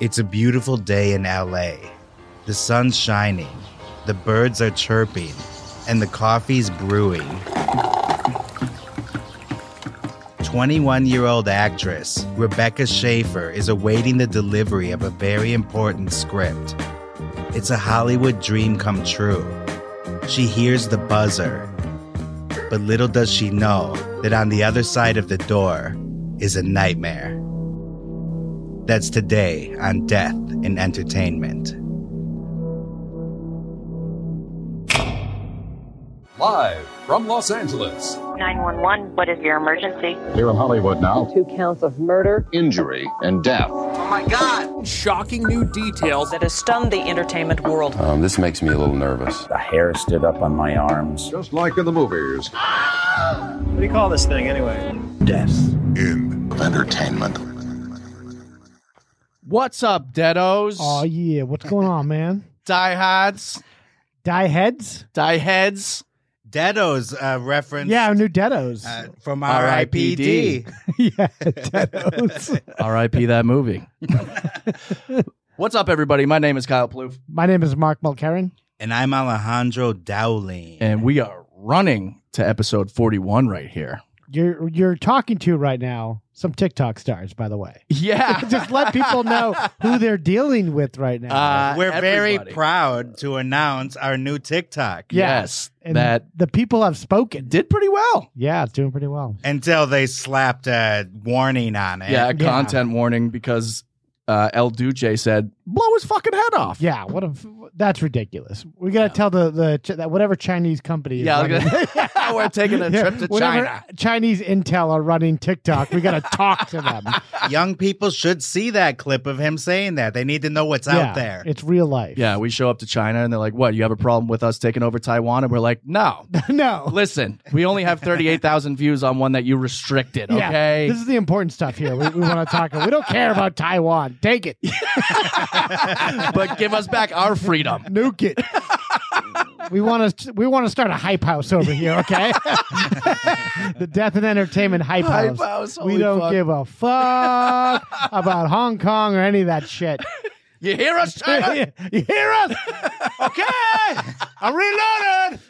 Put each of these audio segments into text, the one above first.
It's a beautiful day in LA. The sun's shining, the birds are chirping, and the coffee's brewing. 21 year old actress Rebecca Schaefer is awaiting the delivery of a very important script. It's a Hollywood dream come true. She hears the buzzer, but little does she know that on the other side of the door is a nightmare. That's today on Death in Entertainment. Live from Los Angeles, 911, what is your emergency? Here in Hollywood now, two counts of murder. injury and death. Shocking new details. that has stunned the entertainment world. Um, this makes me a little nervous. The hair stood up on my arms. just like in the movies. What do you call this thing anyway? What's up, deados? Oh yeah, what's going on, man? Diehards, Die heads? dieheads. Deado's uh, reference Yeah, new deados. uh, from R.I.P.D.. RIPD. yeah, deados. R.I.P. that movie. What's up, everybody? My name is Kyle Plouffe, My name is Mark Mulcairn. And I'm Alejandro Dowling. and we are running to episode 41 right here. You're you're talking to right now some TikTok stars, by the way. Yeah. Just let people know who they're dealing with right now. Uh, We're very everybody. proud to announce our new TikTok. Yes, and that the people have spoken. did pretty well. Yeah, it's doing pretty well. Until they slapped a warning on it. Yeah, a Yeah. content warning because uh, El Duce said, blow his fucking head off. Yeah, what a f- that's ridiculous. We gotta tell the the Ch- that whatever Chinese company. Is Yeah, I was running- gonna- we're taking a Yeah, trip to whatever China. Chinese intel are running TikTok. We gotta talk to them. Young people should see that clip of him saying that. They need to know what's yeah, out there. It's real life. Yeah, we show up to China and they're like, what? You have a problem with us taking over Taiwan? And we're like, no. no. Listen, we only have 38,000 views on one that you restricted, Yeah, okay? This is the important stuff here. We, we want to talk. We don't care about Taiwan. Take it. but give us back our freedom. Nuke it. We want to we want to start a hype house over here, okay? the death and entertainment hype, Hype house. house, we holy don't fuck. give a fuck about Hong Kong or any of that shit. You hear us, China? you hear us? okay, I'm reloaded.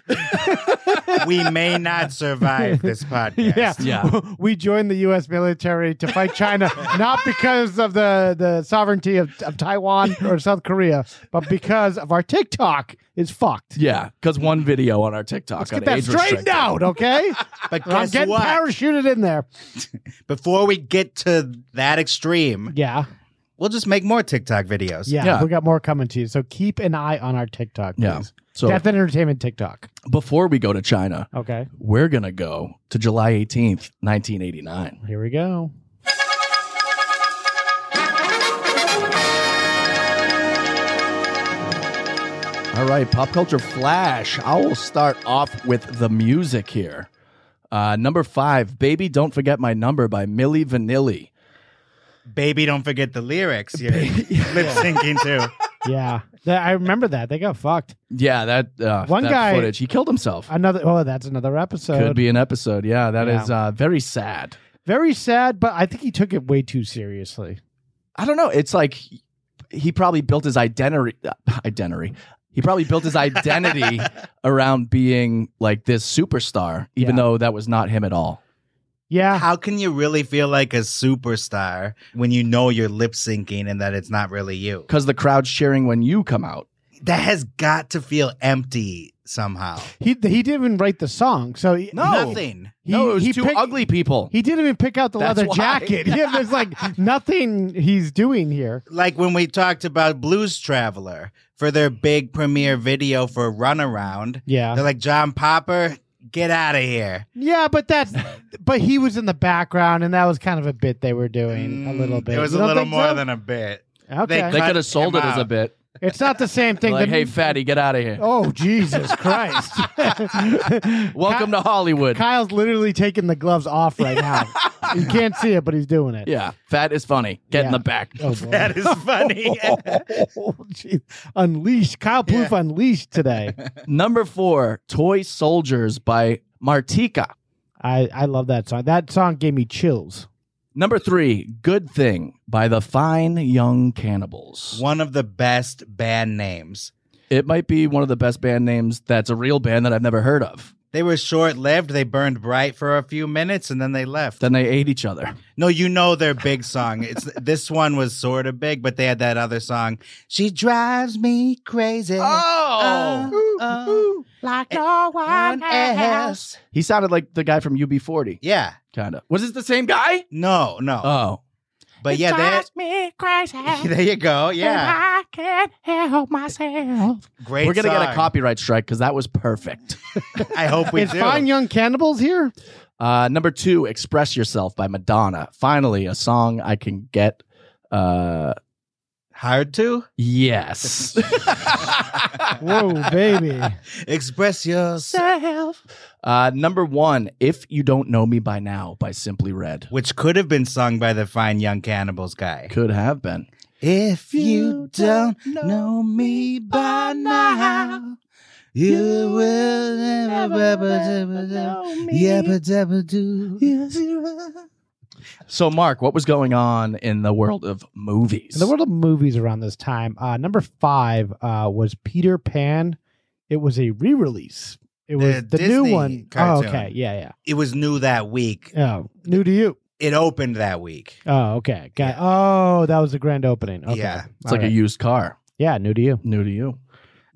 we may not survive this podcast. Yeah. Yeah. We joined the US military to fight China not because of the, the sovereignty of, of Taiwan or South Korea, but because of our TikTok is fucked. Yeah, because one video on our TikTok. Let's got get that age straightened restricted. out, okay? But I'm guess getting what? parachuted in there. Before we get to that extreme, Yeah, we'll just make more TikTok videos. yeah, Yeah. We got more coming to you, so keep an eye on our TikTok. Yeah. please. So Death and Entertainment TikTok. before we go to China, Okay, we're gonna go to July 18th, 1989. here we go. All right, pop culture flash. I will start off with the music here. Uh, number five, "Baby, Don't Forget My Number" by Milli Vanilli. Baby, don't forget the lyrics. You're lip syncing too. Yeah, That- I remember that they got fucked. Yeah, that uh, One that guy- footage. He killed himself. Another. Oh, that's another episode. Could be an episode. Yeah, that is Yeah. uh, very sad. Very sad, but I think he took it way too seriously. I don't know. It's like he probably built his identity. uh, Identity. He probably built his identity around being like this superstar, even Yeah. though that was not him at all. Yeah, How can you really feel like a superstar when you know you're lip syncing and that it's not really you? Because the crowd's cheering when you come out. That has got to feel empty somehow. he he didn't even write the song, so he- Nothing. He, no, it was he two picked- ugly people. He didn't even pick out the That's leather why. jacket. Yeah, there's like nothing he's doing here. Like when we talked about Blues Traveler for their big premiere video for Runaround. Yeah. They're like, John Popper, get out of here. Yeah, but that's but he was in the background, and that was kind of a bit they were doing a little Mm, bit. It was a You don't little think more so? than a bit. okay. they they cut could have sold him it as a out. bit. it's not the same thing. Like, The- hey, fatty, get out of here. oh Jesus Christ! Welcome to Hollywood. Kyle's literally taking the gloves off right now. you can't see it, but he's doing it. yeah, fat is funny. Get in the Yeah. back. Oh boy. That is funny. Oh, jeez. unleashed. Kyle Plouffe unleashed today. Number four, Toy Soldiers by Martika. I, I love that song. That song gave me chills. Number three, Good Thing by the Fine Young Cannibals. One of the best band names. It might be one of the best band names that's a real band that I've never heard of. They were short lived. They burned bright for a few minutes and then they left. Then they ate each other. No, you know their big song. It's this one was sort of big, but they had that other song. She drives me crazy. Oh! Uh, Like no uh, one else. ass. He sounded like the guy from UB40, Yeah. kind of. Was this the same guy? No, no. Oh, but yeah, that. me crazy. There you go. Yeah. I can't help myself. Great. we're gonna get a song. copyright strike because that was perfect. I hope we It's do. Fine Young Cannibals here? Uh, number two, "Express Yourself" by Madonna. Finally, a song I can get. Uh, Hard to yes. Whoa, baby. express yourself, Self. uh, number one, "If You Don't Know Me by Now" by Simply Red. which could have been sung by the fine young cannibals guy. Could have been. If you don't know me by now, you will never. Yabba dabba doo. So, Mark, what was going on in the world of movies? In the world of movies around this time, uh, number five uh, was Peter Pan. It was a re release. It was The the, new Disney one. Oh, cartoon. okay. Yeah, It was new that week. yeah. Oh, new to you. It opened that week. Oh, okay. Got Oh, that was the grand opening. Okay. Yeah. it's like a used car, yeah, new to you. new to you.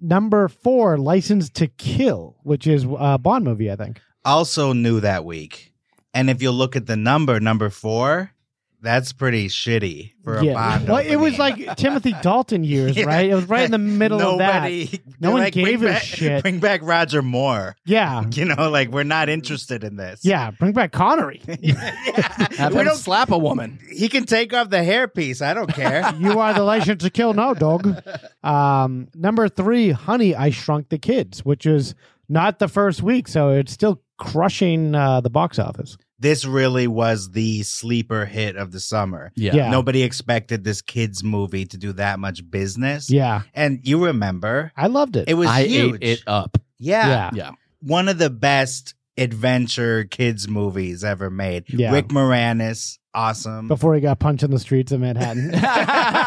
Number four, License to Kill, which is a Bond movie, I think. Also new that week. And if you look at the number, number four, that's pretty shitty for a bond. Well, it was opening. like Timothy Dalton years, Yeah. right? It was right in the middle Nobody, of that. No one bring gave a back- shit. Bring back Roger Moore. Yeah. You know, like we're not interested in this. Yeah, bring back Connery. Have We him don't- slap a woman. He can take off the hairpiece. I don't care. you are the license to kill now, dog. Um, number three, Honey, I Shrunk the Kids, which is not the first week, so it's still crushing uh, the box office. this really was the sleeper hit of the summer. Yeah. Yeah. Nobody expected this kids movie to do that much business. Yeah, And you remember, I loved it. it was I huge. ate it up. Yeah. yeah. Yeah. One of the best adventure kids movies ever made. Yeah. Rick Moranis, awesome. Before he got punched in the streets of Manhattan.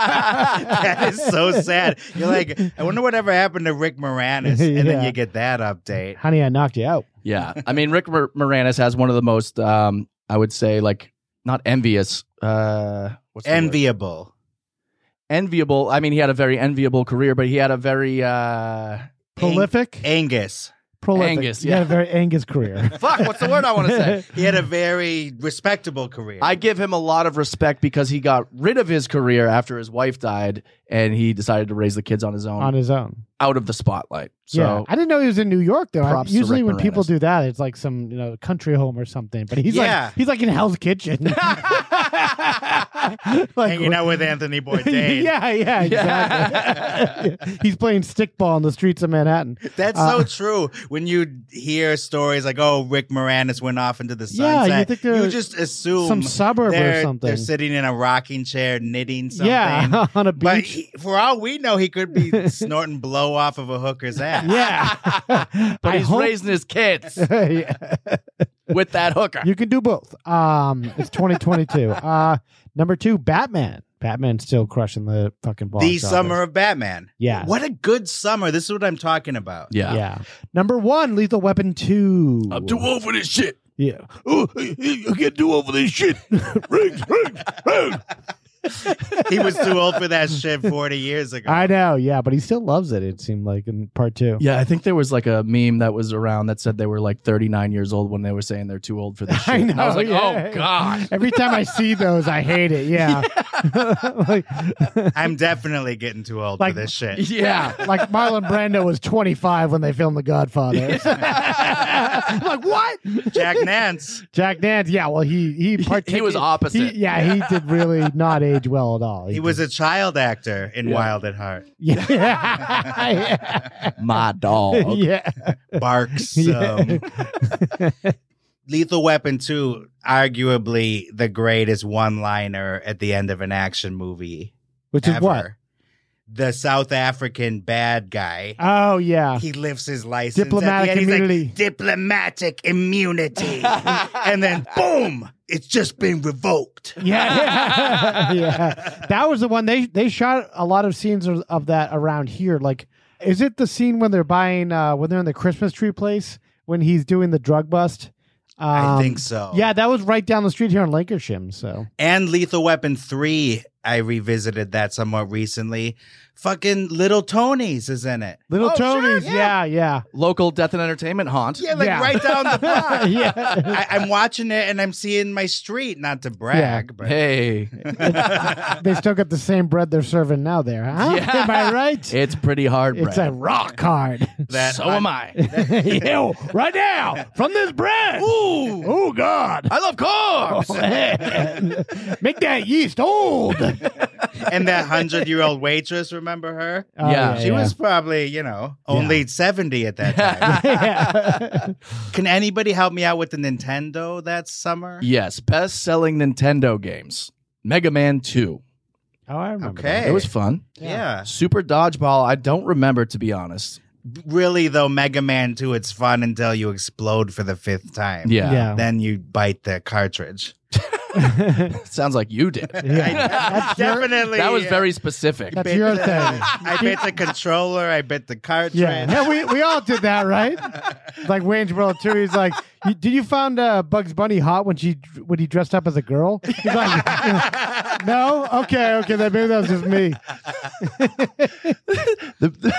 that is so sad. You're like, I wonder whatever happened to Rick Moranis. And then Yeah. you get that update. Honey, I knocked you out. Yeah. I mean, Rick Mor- Moranis has one of the most, um, I would say, like, not envious. Uh, what's the word? Enviable. Enviable. I mean, he had a very enviable career, but he had a very, uh, Prolific? Angus. Prolific. Angus, You had yeah. a very Angus career. fuck, what's the word I want to say? He had a very respectable career. I give him a lot of respect because he got rid of his career after his wife died and he decided to raise the kids on his own on his own. out of the spotlight. yeah, So I didn't know he was in New York though. I- Props to usually Rick when people Moranis. do that, it's like some you know country home or something. But he's Yeah. like he's like in Hell's Kitchen, like Hanging out with Anthony Bourdain. yeah, yeah, exactly. he's playing stickball in the streets of Manhattan. That's so Uh, true. When you hear stories like, "Oh, Rick Moranis went off into the Yeah, sunset," you think they're you just assume some suburb or they're, something. They're sitting in a rocking chair knitting something. Yeah, on a But beach. he- for all we know, he could be snorting blow off of a hooker's ass. yeah, but I he's hope- raising his kids Yeah. with that hooker. You can do both. Um, it's 2022. uh, number two, Batman. Batman's still crushing the fucking box. The office. summer of Batman. Yeah. What a good summer. This is what I'm talking about. yeah. Uh, Yeah. Number one, Lethal Weapon two. old for this shit. Yeah. Oh, I can't do over this shit. He was too old for that shit 40 years ago. I know, yeah, but he still loves it. It seemed like in part two. Yeah, I think there was like a meme that was around that said they were like 39 years old when they were saying they're too old for this shit. I know. And I was like, yeah. oh, God. Every time I see those, I hate it. Yeah, like I'm definitely getting too old Like- for this shit. Yeah. like Marlon Brando was 25 when they filmed The Godfather. I'm like what? Jack Nance. Jack Nance? Yeah, well he he partic- was opposite. he- yeah, he did really not age well at all. He was a child actor in Yeah. Wild at Heart. yeah, yeah. My dog. yeah. barks. Yeah. Um, Lethal Weapon 2, arguably the greatest one liner at the end of an action movie. Which is ever. what? The South African bad guy. Oh yeah, he lifts his license. at the Diplomatic end. He's like, immunity. Diplomatic immunity. and then boom, It's just been revoked. Yeah, yeah. That was the one they they shot a lot of scenes of, of that around here. Like, is it the scene when they're buying uh, when they're in the Christmas tree place when he's doing the drug bust? Um, I think so. Yeah, that was right down the street here in Lancashire. So And Lethal Weapon 3, I revisited that somewhat recently. Fucking Little Tony's is in it. Little Oh, sure, Tony's, yeah. yeah, yeah, Local death and entertainment haunt. Yeah, like Yeah. right down the block. yeah. I, I'm watching it and I'm seeing my street, not to brag, but Hey, they still got the same bread they're serving now there, huh? Yeah. Am I right? it's pretty hard, it's Brad. a rock hard. that so am I. Ew, right now, from this bread. Ooh, Oh, God. Oh, I love carbs. Make that yeast old. and that hundred year old waitress, remember her? Oh, Yeah, She was probably, you know, only 70 at that time. Yeah. Can anybody help me out with the Nintendo that summer? yes, best-selling Nintendo games. Mega Man Two. oh, I remember. Okay. It was fun. yeah. Super Dodgeball. I don't remember to be honest. Really, though, Mega Man 2, it's fun until you explode for the fifth time. Yeah. Yeah. Then you bite the cartridge. Sounds like you did. I definitely. That was very specific. That's your the- thing. I bit the controller. I bit the cartridge. Yeah. yeah, we, we all did that, right? Like Wayne's World too. He's like, "You- did you find uh, Bugs Bunny hot when she when he dressed up as a girl? He's like, no, okay, okay, then maybe that was just me. The-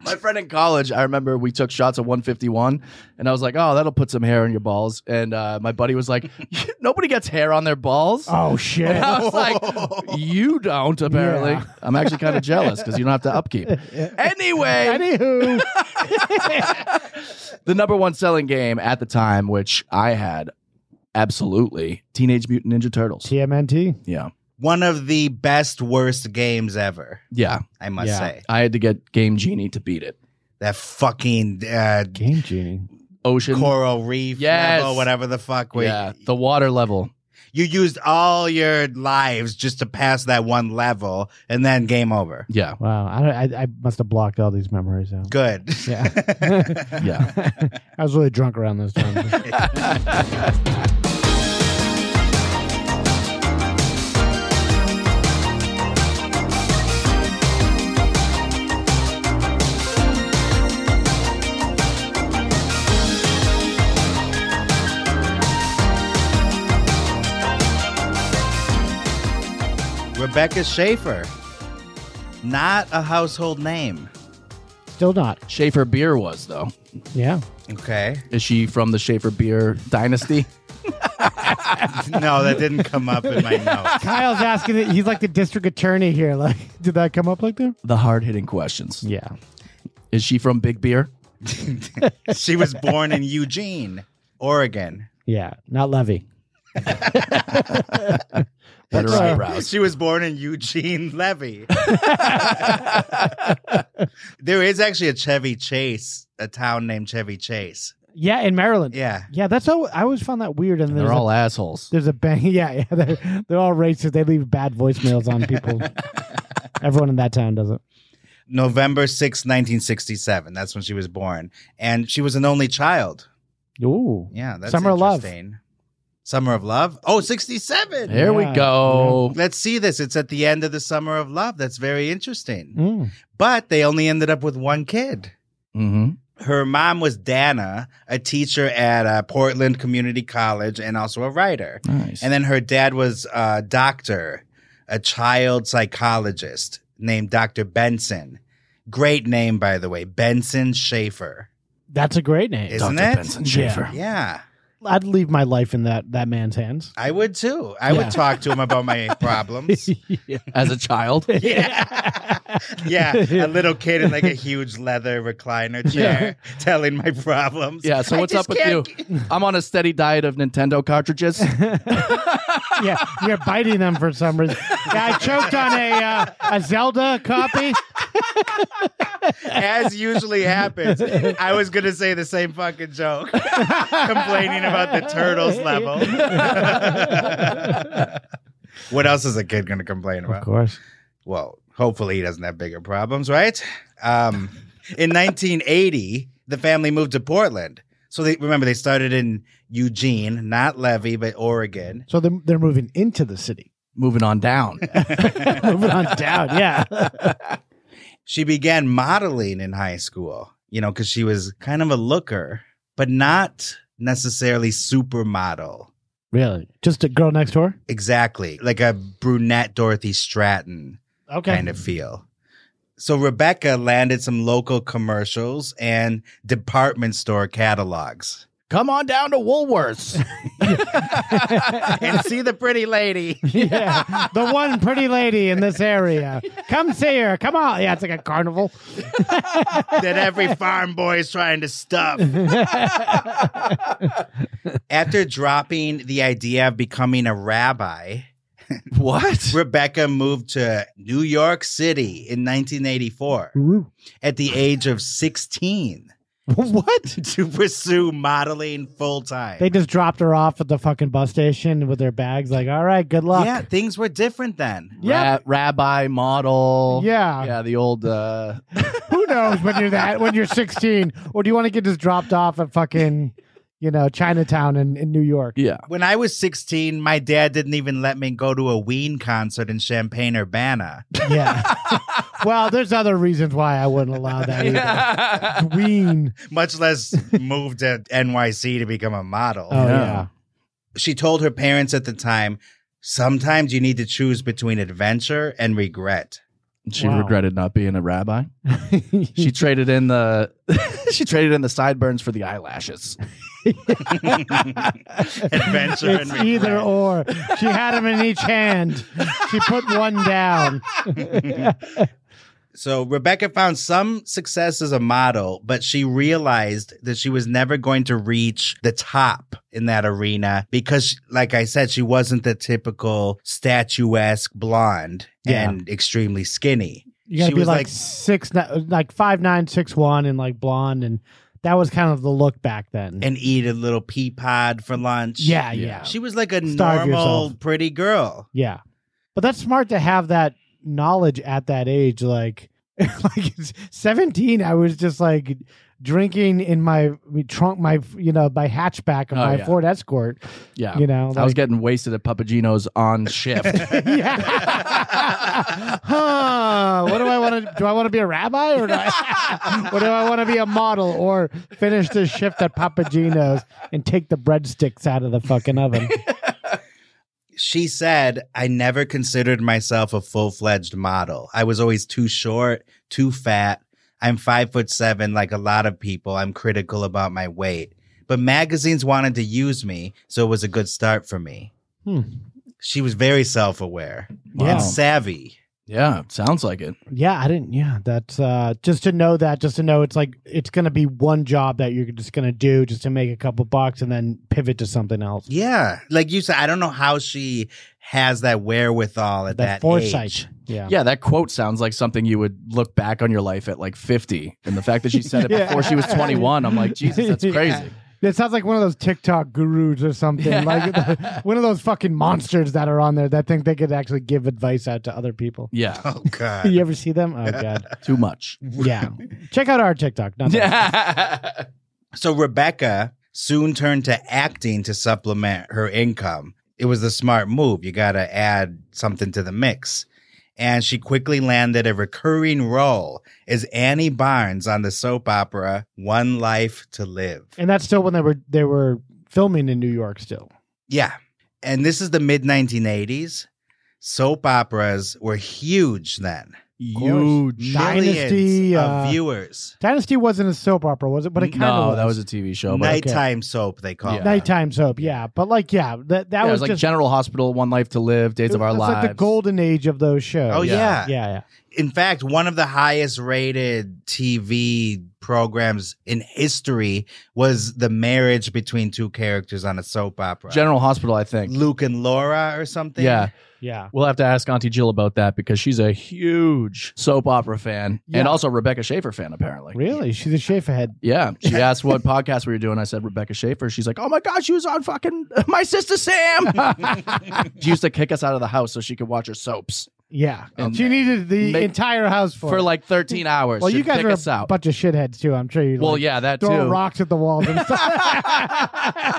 my friend in college, I remember we took shots at 151, and I was like, "Oh, that'll put some hair on your balls." And uh, my buddy was like, "Nobody gets hair on their balls." Oh shit! And I was like, "You don't apparently." Yeah. I'm actually kind of jealous because you don't have to upkeep. Anyway, Anywho, the number one selling game at the time, which I had, absolutely, Teenage Mutant Ninja Turtles. TMNT. Yeah, One of the best, worst games ever, yeah. I must Yeah. say. I had to get Game Genie to beat it. That fucking uh, Game Genie. Ocean. coral reef Yes. level, whatever the fuck. Where yeah, the water level. You used all your lives just to pass that one level, and then game over. Yeah, Wow, I, don't- I, I must have blocked all these memories out. Good. Yeah. yeah. I was really drunk around this time. Rebecca Schaefer, not a household name. Still not. Schaefer Beer was though. Yeah. Okay. Is she from the Schaefer Beer dynasty? No, that didn't come up in my notes. Kyle's asking it. He's like the district attorney here. Like, did that come up like that? the hard hitting questions. Yeah. Is she from Big Beer? She was born in Eugene, Oregon. Yeah. Not Levy. Better That's- eyebrows. She was born in Eugene Levy. there is actually a Chevy Chase, a town named Chevy Chase. Yeah, in Maryland. Yeah. Yeah, that's how I always found that weird. And there's They're a, all assholes. there's a bang. Yeah, yeah. They're, they're all racist. They leave bad voicemails on people. Everyone in that town does it. November sixth, 1967. That's when she was born. And she was an only child. Ooh. Yeah, that's Summer of Love. interesting. Summer of Love. Oh, 67. There we Yeah. go. Let's see this. It's at the end of the Summer of Love. That's very interesting. Mm. But they only ended up with one kid. hmm Her mom was Dana, a teacher at uh, Portland Community College and also a writer. Nice. And then her dad was a doctor, a child psychologist named Dr. Benson. Great name, by the way, Benson Schaefer. That's a great name. Isn't Dr. it? Benson Schaefer. Yeah, I'd leave my life in that, that man's hands. I would too. I Yeah. would talk to him about my problems. As a child, Yeah, a little kid in like a huge leather recliner chair telling my problems. yeah. So I what's just up with you? can't g- I'm on a steady diet of Nintendo cartridges. yeah, you're biting them for some reason. Yeah, I choked on a uh, a Zelda copy. As usually happens, I was going to say the same fucking joke, complaining about the turtles level. what else is a kid going to complain about? course. well, hopefully he doesn't have bigger problems, right? Um, in 1980, the family moved to Portland. So they remember they started in Eugene, not Levy, but Oregon. So they're, they're moving into the city. Moving on down. moving on down. Yeah. She began modeling in high school, you know, because she was kind of a looker, but not necessarily supermodel. Really? Just a girl next door? Exactly. Like a brunette Dorothy Stratton Okay. kind of feel. So Rebecca landed some local commercials and department store catalogs. Come on down to Woolworths. and see the pretty lady. yeah. The one pretty lady in this area. Come see her. Come on. Yeah, it's like a carnival. that every farm boy is trying to stuff. After dropping the idea of becoming a rabbi, what? Rebecca moved to New York City in 1984 at the age of 16 what? to pursue modeling full time. They just dropped her off at the fucking bus station with their bags, like, all right, good luck. Yeah, things were different then. Ra- rabbi model. Yeah. Yeah, the old uh Who knows when you're that when you're 16, or do you want to get just dropped off at fucking, you know, Chinatown in, in New York? Yeah. When I was 16, my dad didn't even let me go to a Ween concert in Champaign, Urbana. Yeah. well, there's other reasons why I wouldn't allow that. Either. Ween. much less move to NYC to become a model. Oh yeah. She told her parents at the time, sometimes you need to choose between adventure and regret. She Wow. regretted not being a rabbi. she traded in the she traded in the sideburns for the eyelashes. adventure and It's regret. either or. She had them in each hand. She put one down. So Rebecca found some success as a model, but she realized that she was never going to reach the top in that arena because, like I said, she wasn't the typical statuesque blonde Yeah. and extremely skinny. You gotta She be was like, like- six, ni- like five nine, six one, and like blonde, and that was kind of the look back then. and eat a little pea pod for lunch. yeah, yeah, She was like a normal, Starve yourself. pretty girl. yeah. But that's smart to have that knowledge at that age. Like, like it's- seventeen, I was just like drinking in my trunk, my you know, my hatchback of Oh, my yeah. Ford Escort. Yeah. You know, I was like- getting wasted at Papagino's on shift. Yeah. huh. What do I want to do? I want to be a rabbi or do I, what do I want to be a model or finish this shift at Papagino's and take the breadsticks out of the fucking oven? She said, I never considered myself a full fledged model. I was always too short, too fat. I'm five foot seven, like a lot of people. I'm critical about my weight. But magazines wanted to use me, so it was a good start for me. Hmm. She was very self aware Wow. and savvy. yeah, sounds like it. Yeah, I didn't. Yeah, that's uh, just to know that, just to know it's like it's gonna be one job that you're just gonna do just to make a couple bucks and then pivot to something else. Yeah. Like you said, I don't know how she has that wherewithal at That, that, foresight. age. Yeah. Yeah, that quote sounds like something you would look back on your life at like 50. And the fact that she said it Yeah. before she was 21, I'm like, Jesus, that's Yeah. crazy. It sounds like one of those TikTok gurus or something, like one of those fucking monsters that are on there that think they could actually give advice out to other people. Yeah, Oh, God. You ever see them? Oh god. too much. Yeah. Check out our TikTok. Not that. Yeah. So Rebecca soon turned to acting to supplement her income. It was the smart move. You got to add something to the mix. And she quickly landed a recurring role as Annie Barnes on the soap opera One Life to Live. And that's still when they were they were filming in New York still. Yeah. And this is the mid 1980s. Soap operas were huge then. Huge. Not- Millions Dynasty, of uh, viewers. Dynasty wasn't a soap opera, was it? But it kind of no, was. that was a TV show. But Night- Nighttime soap, they call Yeah. it. nighttime soap. Yeah, but like yeah, that that yeah, it was was, like just General Hospital, One Life to Live, Days it of Our was Lives. like the golden age of those shows. Oh, yeah. yeah, yeah. in fact, one of the highest rated TV programs in history was the marriage between two characters on a soap opera. General Hospital, I think. Luke and Laura or something. Yeah, yeah. we'll have to ask Auntie Jill about that because she's a huge soap opera fan Yeah. and also Rebecca Schaefer fan, apparently. Really, she's a Schaefer head. Yeah. She asked what podcast we were doing. I said Rebecca Schaefer. She's like, oh my God, she was on fucking my sister Sam. she used to kick us out of the house so she could watch her soaps. Yeah, And- she needed the Make- entire house for, for it. like 13 hours. Well, Should you guys pick are us a out. bunch of shitheads too. I'm sure you. well, like, yeah, that throw too. rocks at the walls and stuff.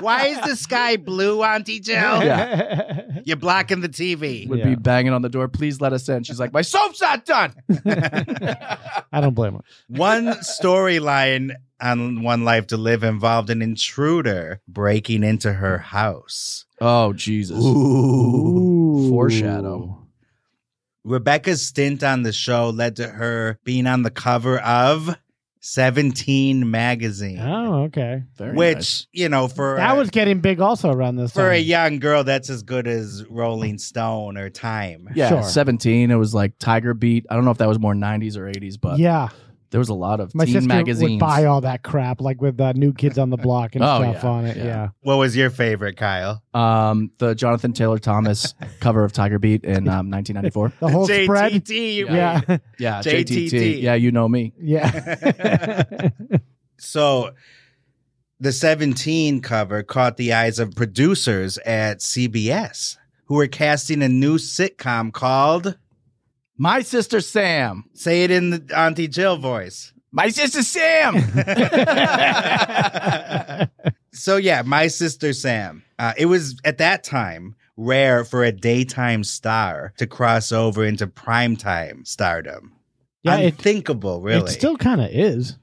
Why is the sky blue, Auntie Jill? Yeah, You're blocking the TV. would Yeah. be banging on the door. Please let us in. She's like, my soap's not done. I don't blame her. One storyline on One Life to Live involved an intruder breaking into her house. Oh Jesus! Foreshadow. Rebecca's stint on the show led to her being on the cover of 17 magazine, Oh, okay. Very which, nice. you know, for That a, was getting big also around this for a time. young girl that's as good as Rolling Stone or Time. yeah, sure. 17. It was like Tiger Beat. I don't know if that was more 90s or 80s, but yeah, there was a lot of my teen sister magazines. would buy all that crap, like with uh, New Kids on the Block and Oh, stuff yeah, on it. yeah. Yeah, What was your favorite, Kyle? um, the Jonathan Taylor Thomas cover of Tiger Beat in um, 1994. the whole JTT, spread. you Yeah, Yeah, JTT. JTT. Yeah, you know me. yeah. So the 17 cover caught the eyes of producers at CBS who were casting a new sitcom called My sister Sam. Say It in the Auntie Jill voice. My sister Sam. So yeah, My Sister Sam. Uh, it was at that time rare for a daytime star to cross over into primetime stardom. Yeah, it- Unthinkable, really. It still kind of is.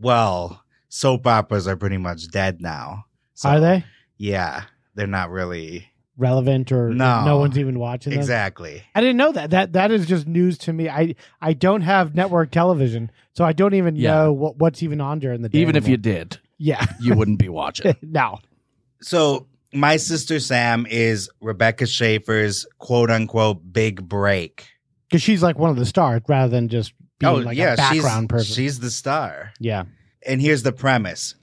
well, soap operas are pretty much dead now. So, Are they Yeah, they're not really relevant or No. no, one's even watching them? exactly. I didn't know that. That that is just news to me. I I don't have network television, so I don't even Yeah. know what, what's even on during the day. Even if you anymore. did, yeah, you wouldn't be watching. no, So my sister Sam is Rebecca Schaefer's quote unquote big break. Oh, because she's like one of the stars rather than just being like a background she's, person. She's the star. yeah, And here's the premise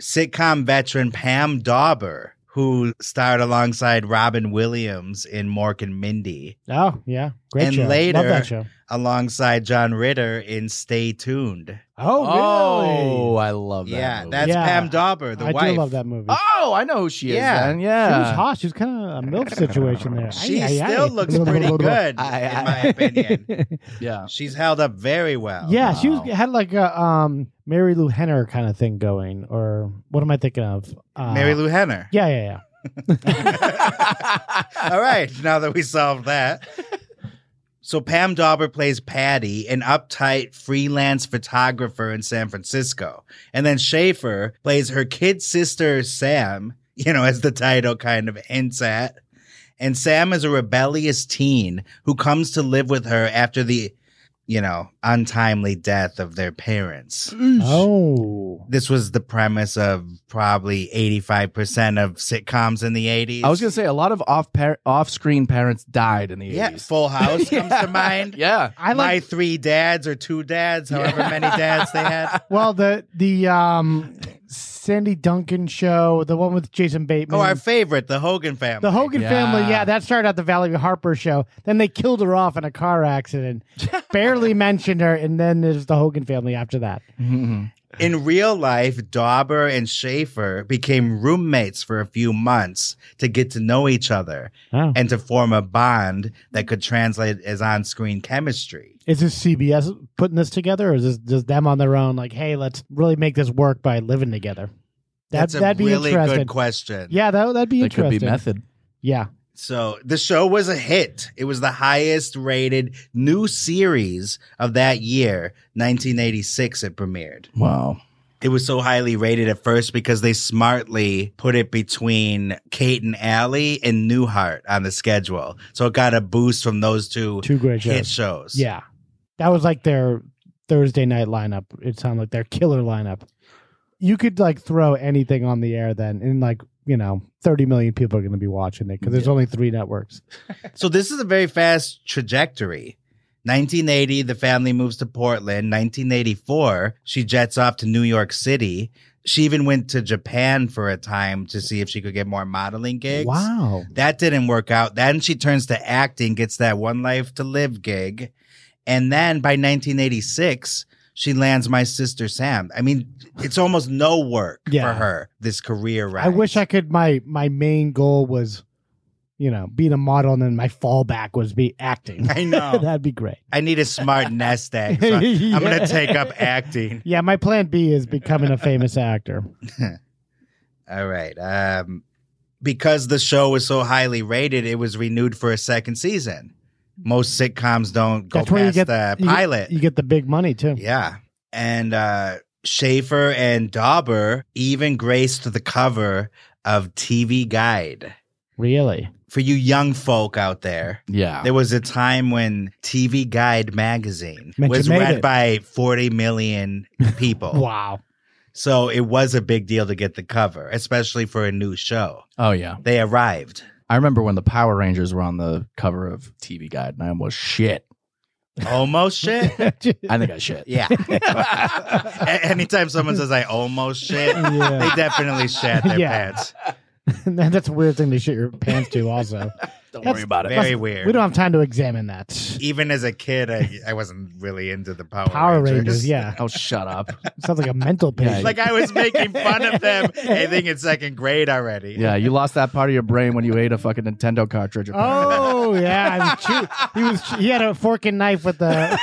sitcom veteran Pam Dauber, who starred alongside Robin Williams in Mork and Mindy, oh yeah, great And show. later- Love that show. alongside John Ritter in Stay Tuned. Oh, Oh, I love that. Yeah, movie. that's Yeah. Pam Dauber, the really? I wife. Ah. do love that movie. Oh, I know who she is. Yeah. then. She was yeah. hot. She was kind of a milf situation there. She Aye, aye, still aye. looks pretty good, Aye, in aye. my opinion. Yeah. She's held up very well. Yeah, she was Wow. had like a um Mary Lou Henner kind of thing going, or what am I thinking of? Uh, Mary Lou Henner. Yeah, yeah, yeah. All right, now that we solved that. So Pam Dauber plays Patty, an uptight freelance photographer in San Francisco. And then Schaefer plays her kid sister Sam, you know, as the title kind of hints at. And Sam is a rebellious teen who comes to live with her after the, you know, untimely death of their parents Oh, this was the premise of probably 85% of sitcoms in the 80s. I was gonna say a lot of off par- off screen parents died in the yeah, eighties. Full House comes to mind. Yeah. I My like. three dads or two dads, however many dads they had. well, the the um Sandy Duncan show, the one with Jason Bateman. Oh, our favorite, the Hogan family. the Hogan Yeah. family, yeah, that started out the Valley Harper show. Then they killed her off in a car accident, barely mentioned her, and then there's the Hogan family after that. Mm-hmm. In real life, Dauber and Schaefer became roommates for a few months to get to know each other Oh. and to form a bond that could translate as on screen chemistry. Is this CBS putting this together, or is this just them on their own? Like, hey, let's really make this work by living together. That, That's a that'd be really interesting. good question. Yeah, that that'd be That could interesting. be method. Yeah, So the show was a hit. It was the highest rated new series of that year, 1986 it premiered. Wow. It was so highly rated at first because they smartly put it between Kate and Alley and Newhart on the schedule. So it got a boost from those two, two great hit shows. shows. Yeah, that was like their Thursday night lineup. It sounded like their killer lineup. You could like throw anything on the air then, and like you know, thirty million people are going to be watching it because there's only three networks. So this is a very fast trajectory. 1980, the family moves to Portland. 1984, she jets off to New York City. She even went to Japan for a time to see if she could get more modeling gigs. Wow. That didn't work out. Then she turns to acting, gets that one life to live gig. And then by 1986, she lands my sister Sam. I mean, it's almost no work Yeah. for her, this career route. I wish I could. My my main goal was, you you know, being a model and then my fallback was be acting. I know. That'd be great. I need a smart nest egg. so I'm going to take up acting. Yeah, my plan B is becoming a famous actor. All right. Um, because the show was so highly rated, it was renewed for a second season. Most sitcoms don't go That's where you past get the you get- pilot. You get the big money too. yeah. And uh, Schaefer and Dauber even graced the cover of TV Guide. Really? For you young folk out there, Yeah. There was a time when TV Guide magazine Meant you was made read it. by 40 million people. Wow. So it was a big deal to get the cover, especially for a new show. Oh yeah. They arrived. I remember when the Power Rangers were on the cover of TV Guide, and I almost shit. Almost shit? I think I shit. Yeah. A- Anytime someone says, I almost shit, Yeah. they definitely shat their Yeah. pants. That's a weird thing to shit your pants to. Also, Don't That's worry about it. Very weird. we don't have time to examine that. Even as a kid, I, I wasn't really into the Power, Power Rangers, yeah, Oh, shut up. sounds like a mental patient. Like I was making fun of them, I think in second grade already. Yeah, you lost that part of your brain when you ate a fucking Nintendo cartridge. Oh yeah, he was, chew- he was chew- he had a fork and knife with the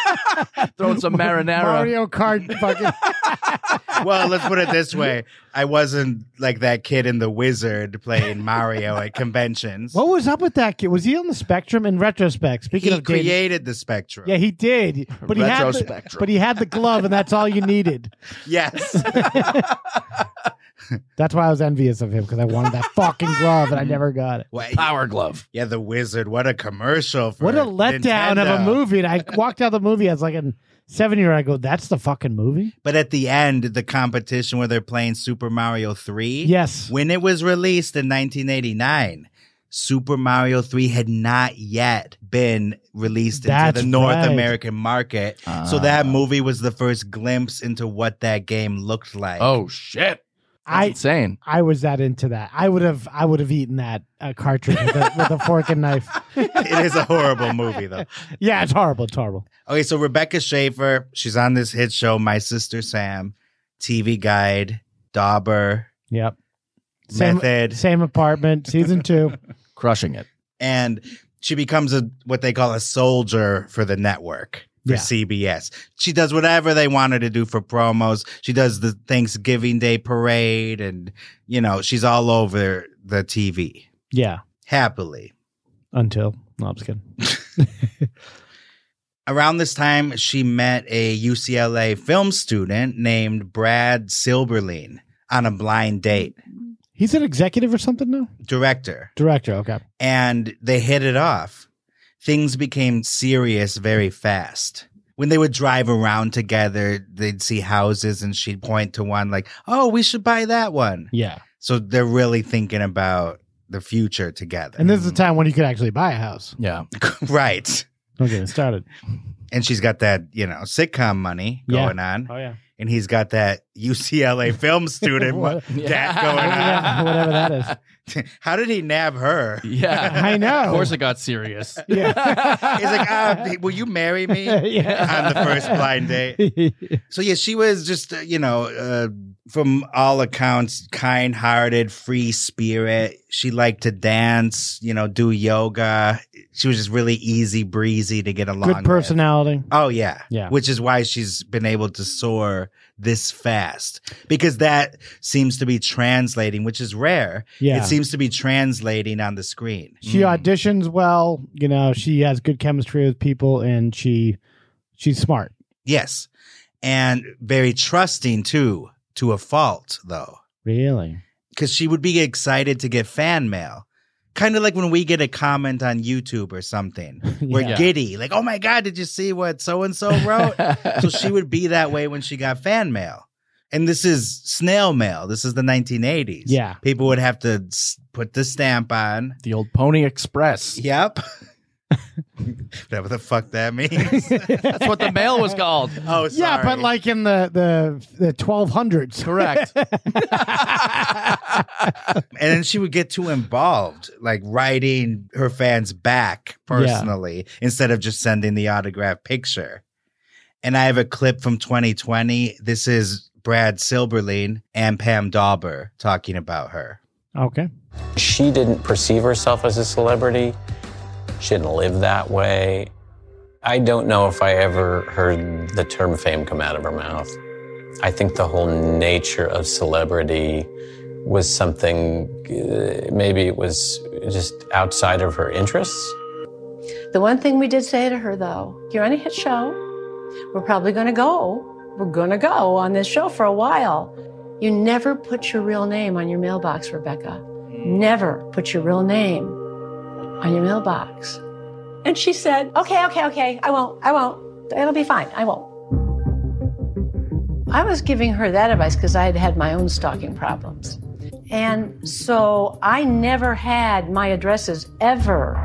throwing some marinara. Mario Kart fucking. well, let's put it this way: I wasn't like that kid in the Wizard playing Mario at conventions. What was up with that kid? Was he on the spectrum? In retrospect, he speaking of dating- created the spectrum. yeah, he did. But he had the, Retrospectrum. but he had the glove, and that's all you needed. Yes. That's why I was envious of him because I wanted that fucking glove, and I never got it. Why- Power glove. Yeah, the Wizard. What a commercial for What a letdown of a Nintendo. movie! And I walked out of the movie as like a seven year old. I go, "That's the fucking movie." But at the end, the competition where they're playing Super Mario Three. Yes. When it was released in 1989. Super Mario 3 had not yet been released That's into the North right. American market. so Ah. that movie was the first glimpse into what that game looked like. Oh shit. That's I insane. I was that into that. I would have I would have eaten that uh, cartridge with a, with a fork and knife. it is a horrible movie though. Yeah, it's horrible. It's horrible. Okay, so Rebecca Schaefer, she's on this hit show, My Sister Sam, TV Guide, Dauber, Yep. Same, Method, Same apartment. Season two. Crushing it. and she becomes a what they call a soldier for the network for Yeah. CBS. She does whatever they want her to do for promos. She does the Thanksgiving Day parade, and you know she's all over the TV Yeah. happily. Until no, I'm just kidding. Around this time, she met a UCLA film student named Brad Silberling on a blind date. He's an executive or something now. director Director. Okay. and they hit it off. Things became serious very fast. When they would drive around together, they'd see houses and she'd point to one like, "Oh, we should buy that one." Yeah. So they're really thinking about the future together. Mm-hmm. And this is the time when you could actually buy a house. Yeah. right. Don't get it started. And she's got that, you know, sitcom money Yeah. going on Oh yeah. and he's got that UCLA film student mo- debt What- going yeah. Whatever that is. on. How did he nab her? Yeah. I know. Of course it got serious. Yeah. He's like, uh, "Will you marry me?" yeah. on the first blind date. So yeah, she was just uh, you know, uh, from all accounts, kind-hearted, free spirit. She liked to dance, you know, do yoga. She was just really easy breezy to get along. Good with. personality. Oh yeah, Yeah. Which is why she's been able to soar this fast because that seems to be translating, which is rare. Yeah. It seems to be translating on the screen. she Hmm. auditions well you know she has good chemistry with people and she she's smart Yes, and very trusting too, to a fault though. really because she would be excited to get fan mail. Kind of like when we get a comment on YouTube or something. We're Yeah. giddy, like, oh my God, did you see what so and so wrote? so she would be that way when she got fan mail. And this is snail mail. This is the 1980s. Yeah. People would have to s- put the stamp on. The old Pony Express. Yep. Whatever the fuck that means. That's what the mail was called. oh, sorry. yeah but like in the the the 1200s Correct. and then she would get too involved, like writing her fans back personally instead of just sending the autograph picture. And I have a clip from 2020. This is Brad Silberling and Pam Dauber talking about her. okay She didn't perceive herself as a celebrity. She didn't live that way. I don't know if I ever heard the term fame come out of her mouth. I think the whole nature of celebrity was something, uh, maybe it was just outside of her interests. The one thing we did say to her, though, you're on a hit show. We're probably going to go. We're going to go on this show for a while. You never put your real name on your mailbox, Rebecca. Never put your real name on your mailbox. And she said, okay, okay, okay, I won't, I won't. It'll be fine, I won't. I was giving her that advice because I had had my own stalking problems. And so I never had my addresses ever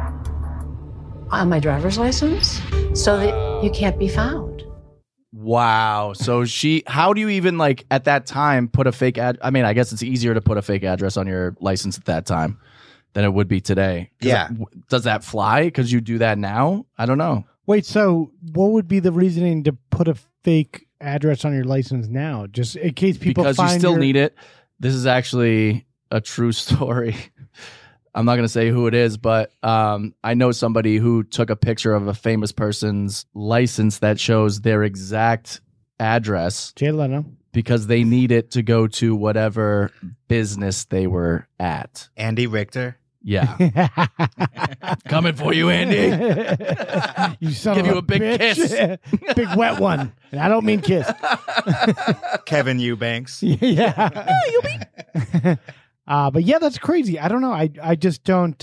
on Uh, my driver's license so that you can't be found. Wow. So she, how do you even like at that time put a fake ad? I mean, I guess it's easier to put a fake address on your license at that time than it would be today. 'Cause Yeah. it- does that fly? Because you do that now? I don't know. Wait, so what would be the reasoning to put a fake address on your license now? Just in case people because you find still your- need it. This is actually a true story. I'm not going to say who it is, but um, I know somebody who took a picture of a famous person's license that shows their exact address Jay Leno. because they need it to go to whatever business they were at. Andy Richter. Yeah. Coming for you, Andy. you son Give of you a big bitch. big wet one. And I don't mean kiss. Kevin Eubanks. yeah. uh, but yeah, that's crazy. I don't know. I I just don't.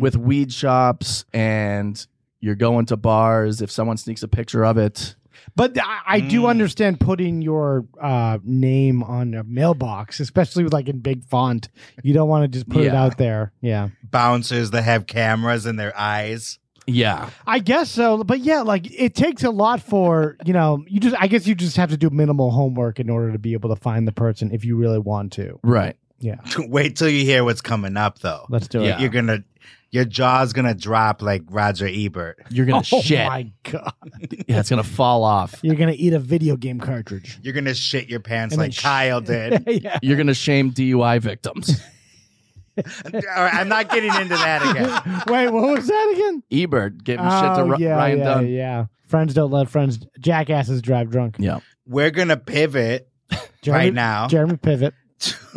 With weed shops and you're going to bars if someone sneaks a picture of it. but I, I do understand putting your uh, name on a mailbox, especially with like in big font. You don't want to just put it Yeah. out there. Yeah. Bouncers that have cameras in their eyes. Yeah. I guess so, but yeah, like it takes a lot for you know. You just, I guess, you just have to do minimal homework in order to be able to find the person if you really want to. Right. Yeah, Wait till you hear what's coming up, though. let's do Yeah. it. You're gonna, your jaw's gonna drop like Roger Ebert. You're going to oh shit. my god, Yeah, it's going to fall off. you're gonna eat a video game cartridge. You're gonna shit your pants And then like Kyle did. yeah, You're going to shame DUI victims. All right, I'm not getting into that again. wait, what was that again? Ebert giving shit to Oh, Ri- yeah, Ryan yeah, Dunn. yeah. Friends don't let friends jackasses drive drunk. Yeah. We're gonna pivot Jeremy, right now. Jeremy Pivot.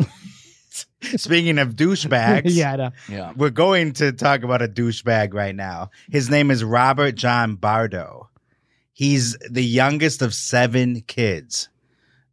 Speaking of douchebags, yeah, I know. Yeah. we're going to talk about a douchebag right now. His name is Robert John Bardo. He's the youngest of seven kids,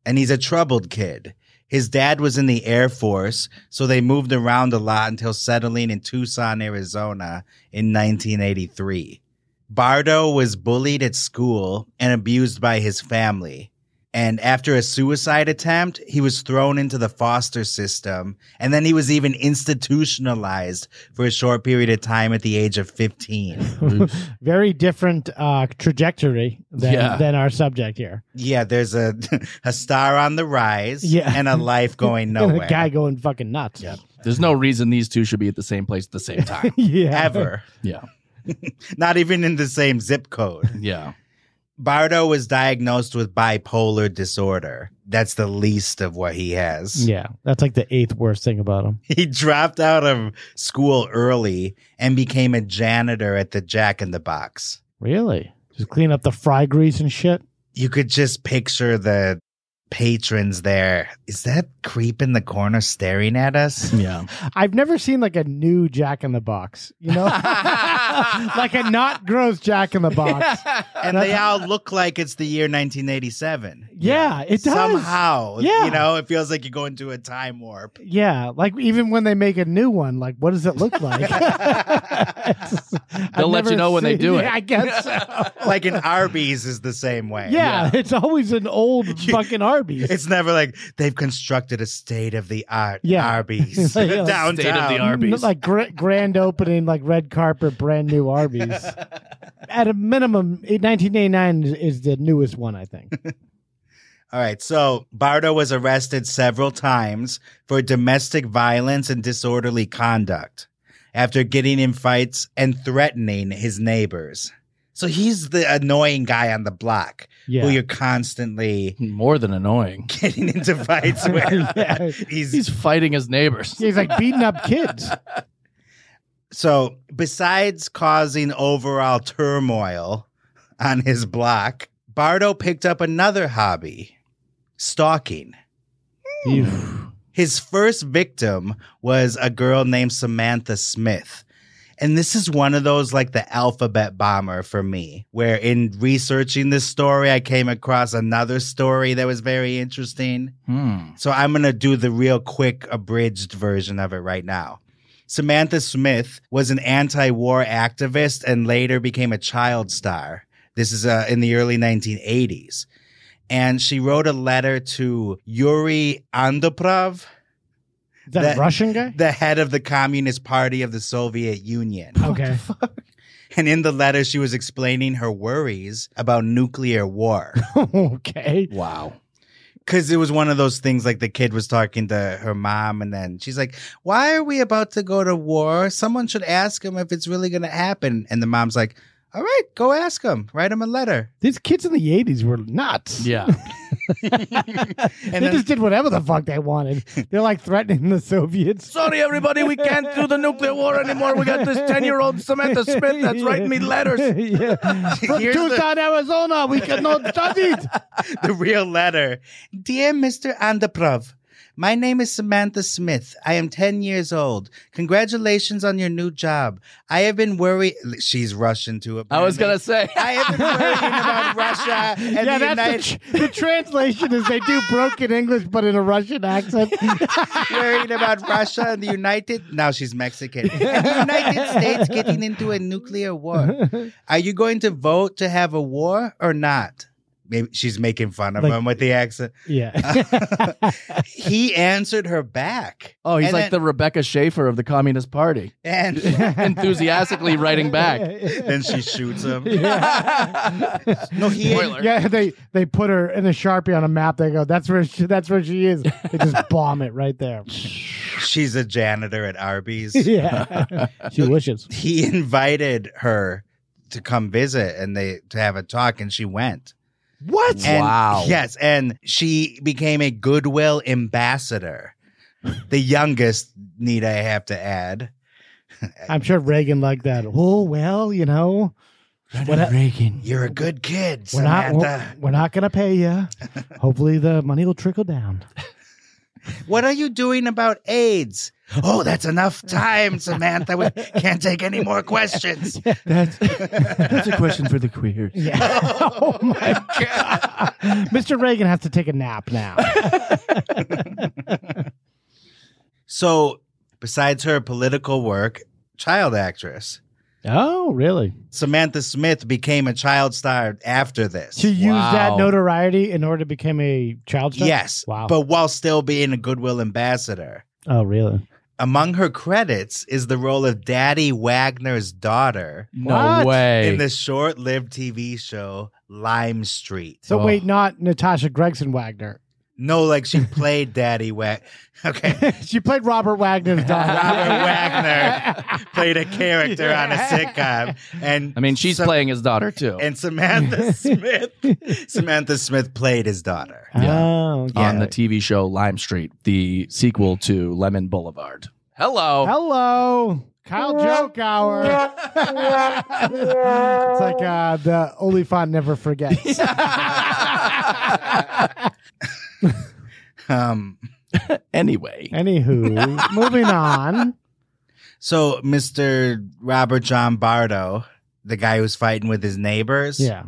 and he's a troubled kid. His dad was in the Air Force, so they moved around a lot until settling in Tucson, Arizona in 1983. Bardo was bullied at school and abused by his family. And after a suicide attempt, he was thrown into the foster system. And then he was even institutionalized for a short period of time at the age of 15. Very different uh, trajectory than, Yeah. than our subject here. Yeah, there's a, a star on the rise Yeah. and a life going And nowhere. a guy going fucking nuts. There's no reason these two should be at the same place at the same time. yeah. Ever. yeah. Not even in the same zip code. Yeah. Bardo was diagnosed with bipolar disorder. That's the least of what he has. Yeah, that's like the eighth worst thing about him. He dropped out of school early and became a janitor at the Jack in the Box. Really? Just clean up the fry grease and shit. You could just picture the patrons there. Is that creep in the corner staring at us? Yeah. I've never seen like a new Jack in the Box, you know, like a not gross Jack in the Box. And they all look like it's the year 1987. Yeah, it does. Somehow, Yeah. you know, it feels like you go into a time warp. Yeah, like even when they make a new one, like what does it look like? They'll They'll let you know when they do it. I guess. so. Like an Arby's is the same way. Yeah, it's always an old fucking Arby's. It's never like they've constructed a state of the art Yeah. Arby's Like, yeah, downtown. state of the art. Arby's. Like gr- grand opening, like red carpet, brand new Arby's. At a minimum, it- 1989 is- is the newest one, I think. All right. So Bardo was arrested several times for domestic violence and disorderly conduct after getting in fights and threatening his neighbors. So he's the annoying guy on the block. who you're constantly more than annoying getting into fights with. he's, fighting his neighbors. He's like beating up kids. So, besides causing overall turmoil on his block, Bardo picked up another hobby stalking. His first victim was a girl named Samantha Smith. And this is one of those like the alphabet bomber for me, where in researching this story, I came across another story that was very interesting. Hmm. So I'm going to do the real quick abridged version of it right now. Samantha Smith was an anti war activist and later became a child star. This is uh, in the early 1980s. And she wrote a letter to Yuri Andropov. Is that a Russian guy? The head of the Communist Party of the Soviet Union. Okay. And in the letter, she was explaining her worries about nuclear war. okay. Wow. Because it was one of those things like the kid was talking to her mom, and then she's like, Why are we about to go to war? Someone should ask him if it's really going to happen. And the mom's like, All right, go ask him. Write him a letter. These kids in the 80s were nuts. Yeah. they then- just did whatever the fuck they wanted. They're like threatening the Soviets. Sorry, everybody, we can't do the nuclear war anymore. We got this 10 year old Samantha Smith that's writing me letters. yeah. From Here's the- Tucson, Arizona, we cannot study it. the real letter. Dear Mr. Andaprov, my name is Samantha Smith. I am 10 years old. Congratulations on your new job. I have been worried. She's Russian too. I was going to apparently. say, I have been worrying about Russia and yeah, the that's United the, tr- the translation is they do broken English, but in a Russian accent. worrying about Russia and the United. Now she's Mexican. And the United States getting into a nuclear war. Are you going to vote to have a war or not? Maybe she's making fun of Like- him with the accent. yeah. He answered her back. oh, he's And like then- the Rebecca Schaefer of the Communist Party, and enthusiastically writing back. then she shoots him. no, No, he- Spoiler. Yeah, they they put her in a sharpie on a map. They go, "That's where she, that's where she is." They just bomb it right there. She's a janitor at Arby's. yeah, she wishes. He invited her to come visit and they to have a talk, and she went. What? And, Wow. Yes, and she became a goodwill ambassador. The youngest, need I have to add. I'm sure Reagan liked that. Oh well, you know, Ronald Reagan. You're a good kid, we're not Samantha. we're not gonna pay you. Hopefully, the money will trickle down. What are you doing about AIDS? Oh, that's enough time, Samantha. We can't take any more questions. That's, that's a question for the queers. Yeah. oh my god, Mr. Reagan has to take a nap now. So, besides her political work, child actress, oh, really? Samantha Smith became a child star after this. To use Wow. that notoriety in order to become a child star? yes, Wow. but while still being a goodwill ambassador. oh, really? Among her credits is the role of Daddy Wagner's daughter No What? way. in the short lived TV show Lime Street. So Oh. wait, not Natasha Gregson Wagner. No, like she played Daddy Wagner. Okay. she played Robert Wagner's daughter. Robert Wagner played a character on a sitcom. And I mean, she's some- playing his daughter too. And Samantha Smith. Samantha Smith played his daughter. Oh, okay. on the TV show Lime Street, the sequel to Lemon Boulevard. Hello. Hello, Kyle Joke Hour. it's like uh, the Olifant never forgets. Um, anyway, Anywho, moving on. so Mr. Robert John Bardo, the guy who's fighting with his neighbors, Yeah.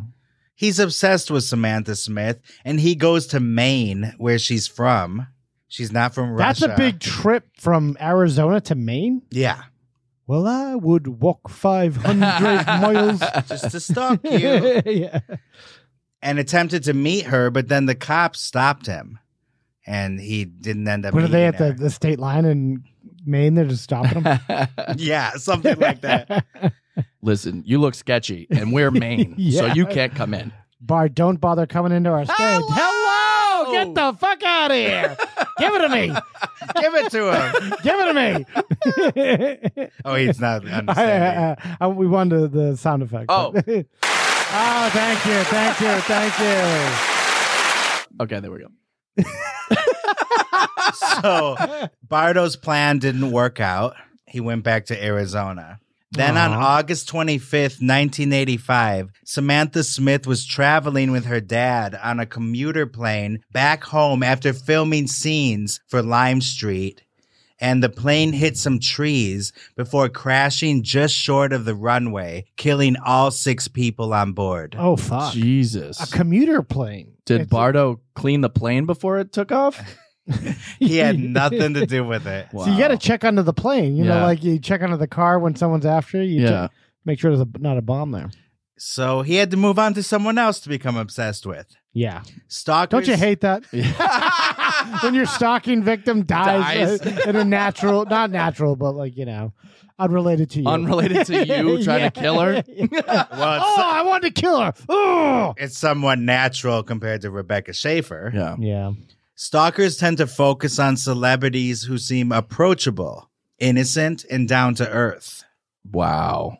he's obsessed with Samantha Smith, and he goes to Maine, where she's from. She's not from That's Russia. a big trip from Arizona to Maine. yeah. Well, I would walk 500 miles. Just to stalk you, yeah. and attempted to meet her, but then the cops stopped him, and he didn't end up. What are they at meeting the, her. the state line in Maine? They're just stopping them. Yeah, something like that. listen, you look sketchy, and we're Maine, so Yeah. you can't come in. Bar, don't bother coming into our state. Hello! Get the fuck out of here. Give it to me. Give it to him. Give it to me. Oh, he's not I, understanding. I, I, I- we wanted the sound effect. Oh. Oh, thank you, thank you, thank you. Okay, there we go. so Bardo's plan didn't work out. He went back to Arizona. Then on Aw. August 25th, 1985, Samantha Smith was traveling with her dad on a commuter plane back home after filming scenes for Lime Street. And the plane hit some trees before crashing just short of the runway, killing all six people on board. Oh fuck! Jesus. A commuter plane. Did Bardo clean the plane before it took off? He had nothing to do with it. So you got to check under the plane. You know, Yeah. like you check under the car when someone's after you. You Yeah. check- make sure there's a, not a bomb there. So he had to move on to someone else to become obsessed with. Yeah. Stalkers. Don't you hate that? when your stalking victim dies, Dies. uh, in a natural, not natural, but like, you know, unrelated to you. Unrelated to you trying to kill her? Well, it's, Oh, I wanted to kill her. Oh. it's somewhat natural compared to Rebecca Schaefer. Yeah. Yeah. Stalkers tend to focus on celebrities who seem approachable, innocent, and down to earth. Wow.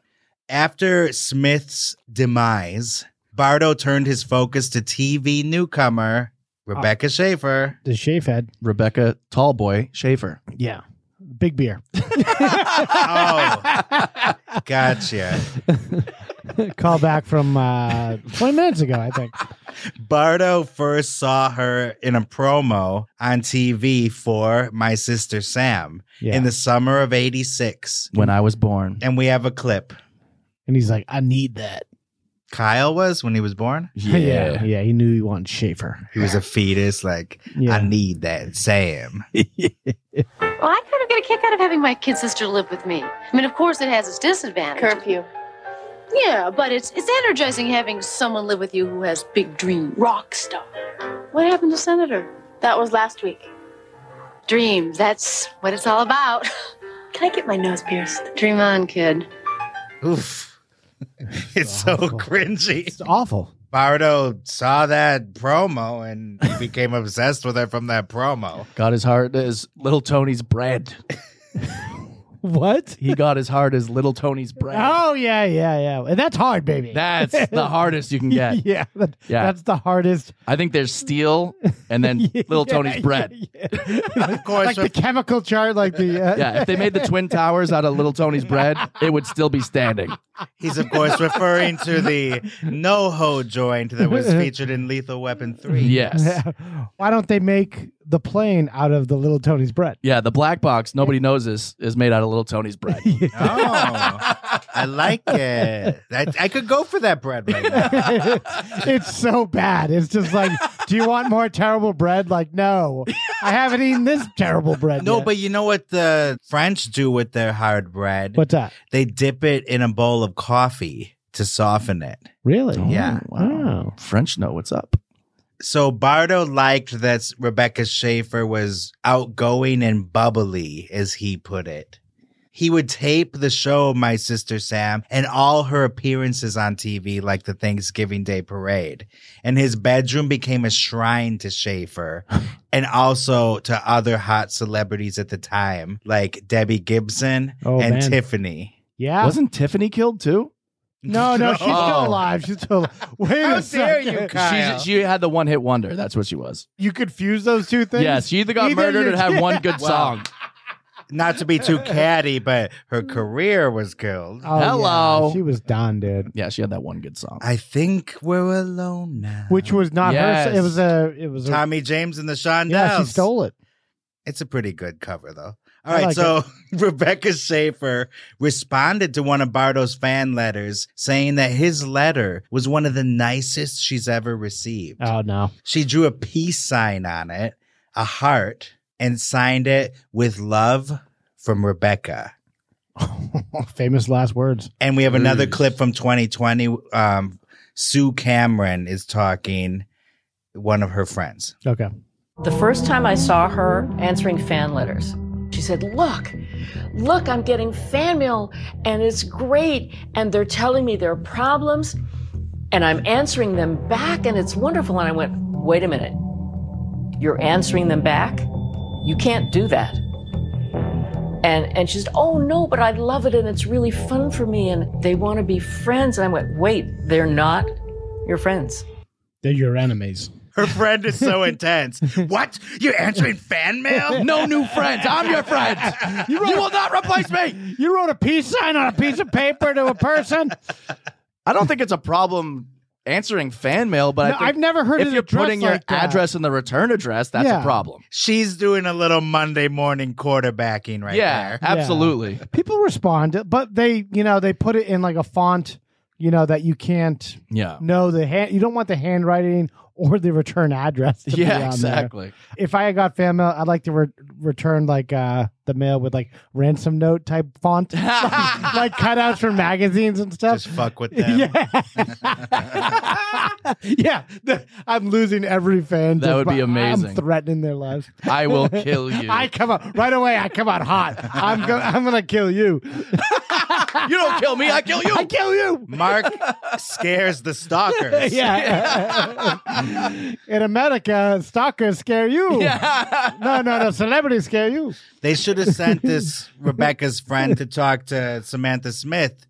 After Smith's demise, Bardo turned his focus to TV newcomer Ah. Rebecca Schaefer. The shave head. Rebecca Tallboy Schaefer. Yeah. Big beer. Oh, gotcha. Call back from uh, 20 minutes ago, I think. Bardo first saw her in a promo on TV for My Sister Sam Yeah. in the summer of 86. When I was born. And we have a clip. And he's like, I need that. Kyle was when he was born. yeah. yeah, He knew he wanted Schaefer. He was a fetus. Like, Yeah. I need that, Sam. Well, I kind of get a kick out of having my kid sister live with me. I mean, of course, it has its disadvantage. Curfew. Yeah, but it's it's energizing having someone live with you who has big dreams, rock star. What happened to Senator? That was last week. Dreams. That's what it's all about. Can I get my nose pierced? Dream on, kid. Oof. it's so cringy. It's awful. Bardo saw that promo and he became obsessed with her from that promo. Got his heart as little Tony's bread. What? He got his heart as little Tony's bread. Oh, yeah, yeah, yeah. And that's hard, baby. That's the hardest you can get. yeah, that- Yeah. That's the hardest. I think there's steel and then little Tony's bread. Of course, Like the chemical chart, like the. Uh, Yeah, if they made the twin towers out of little Tony's bread, it would still be standing. he's of course referring to the NoHo joint that was featured in Lethal Weapon 3. Yes. Why don't they make the plane out of the little Tony's bread? Yeah, the black box, nobody knows this, is made out of little Tony's bread. Oh, I like it. I, I could go for that bread right now. it's so bad. It's just like, do you want more terrible bread? Like, no, I haven't eaten this terrible bread. No, yet. but you know what the French do with their hard bread? what's that? They dip it in a bowl of coffee to soften it. Really? Yeah. Wow. French know what's up. So Bardo liked that Rebecca Schaefer was outgoing and bubbly, as he put it. He would tape the show, My Sister Sam, and all her appearances on TV, like the Thanksgiving Day parade. And his bedroom became a shrine to Schaefer and also to other hot celebrities at the time, like Debbie Gibson Oh, and man. Tiffany. Yeah. Wasn't Tiffany killed too? no, no, she's Oh. still alive. She's still alive. Wait How a dare second. you, Kyle? She's, she had the one hit wonder. That's what she was. You confuse those two things? Yeah, she either got Either murdered you- or had one good Wow. song. Not to be too catty, but her career was killed. Oh, yeah. Hello. She was done, dude. Yeah, she had that one good song. I think we're alone now. Which was not Yes. her. It was a. It was a. Tommy James and the Shondells. yeah, she stole it. It's a pretty good cover, though. All I right, like so Rebecca Schaefer responded to one of Bardo's fan letters saying that his letter was one of the nicest she's ever received. Oh no. She drew a peace sign on it, a heart, and signed it with love from Rebecca. Famous last words. And we have another Jeez. clip from 2020. Um, Sue Cameron is talking, one of her friends. Okay. The first time I saw her answering fan letters, she said, Look, look, I'm getting fan mail and it's great. And they're telling me their problems and I'm answering them back and it's wonderful. And I went, Wait a minute. You're answering them back? You can't do that. And, and she said, Oh no, but I love it and it's really fun for me and they want to be friends. And I went, Wait, they're not Your friends. They're your enemies. Her friend is so intense. What? You're answering fan mail? No new friends. I'm your friend. You, will not replace me. You wrote a peace sign on a piece of paper to a person. I don't think it's a problem answering fan mail, but No, I think I've never heard if it you're addressed putting your like that. address in the return address, that's Yeah. a problem. She's doing a little Monday morning quarterbacking right Yeah, there. absolutely. People respond, but they, you know, they put it in like a font, you know, that you can't Yeah. know the hand. You don't want the handwriting or the return address. To be on Yeah, there. exactly. If I got fan mail, I'd like to re- return like uh, the mail with like ransom note type font, like, like cutouts from magazines and stuff. Just fuck with them. Yeah, yeah. the- I'm losing every fan. That just would be by- amazing. I'm threatening their lives. I will kill you. I come out right away. I come out hot. I'm gonna, I'm gonna kill you. you don't kill me. I kill you. I kill you. Mark scares the stalkers. yeah. In America, stalkers scare you. No, no, no. Celebrities scare you. They should have sent this Rebecca's friend to talk to Samantha Smith.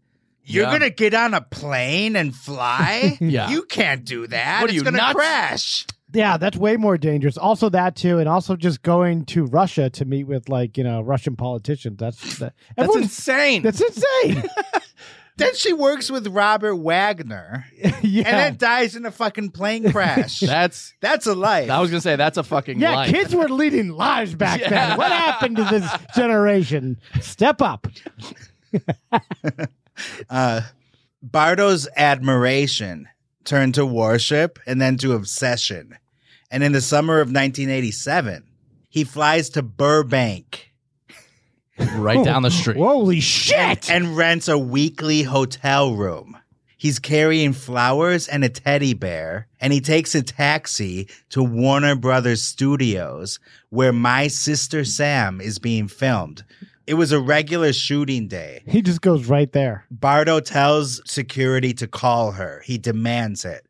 You're Yeah. gonna get on a plane and fly? Yeah. You can't do that. What are it's you, gonna nuts? crash. Yeah, that's way more dangerous. Also that too, and also just going to Russia to meet with like you know Russian politicians. That's that, That's everyone's- insane. That's insane. Then she works with Robert Wagner and then dies in a fucking plane crash. That's That's a life. I was gonna say that's a fucking yeah, life. kids were leading lives back then. What happened to this generation? Step up. Uh, Bardo's admiration turned to worship and then to obsession. And in the summer of 1987, he flies to Burbank right down the street. Holy shit! and rents a weekly hotel room. He's carrying flowers and a teddy bear, and he takes a taxi to Warner Brothers Studios, where My Sister Sam is being filmed. It was a regular shooting day. He just goes right there. Bardo tells security to call her. He demands it.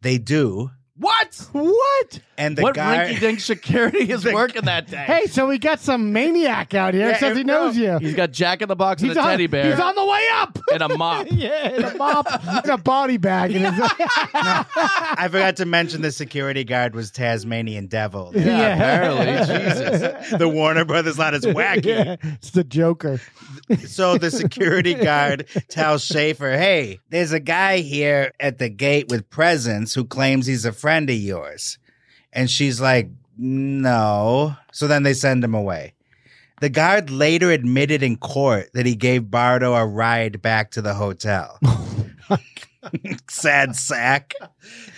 They do. What? What? And the What guy rinky dink security is working that day? Hey, so we got some maniac out here. Yeah, says he and no- knows you. He's got Jack in the Box He's and a on- teddy bear. he's on the way up. and a mop. yeah, and a mop and a body bag. And his, I forgot to mention the security guard was Tasmanian Devil. Yeah. Apparently, Jesus. The Warner Brothers lot is wacky. Yeah, it's the Joker. So the security guard tells Schaefer, hey, there's a guy here at the gate with presents who claims he's a friend of yours. And she's like, no. So then they send him away. The guard later admitted in court that he gave Bardo a ride back to the hotel. Oh Sad sack.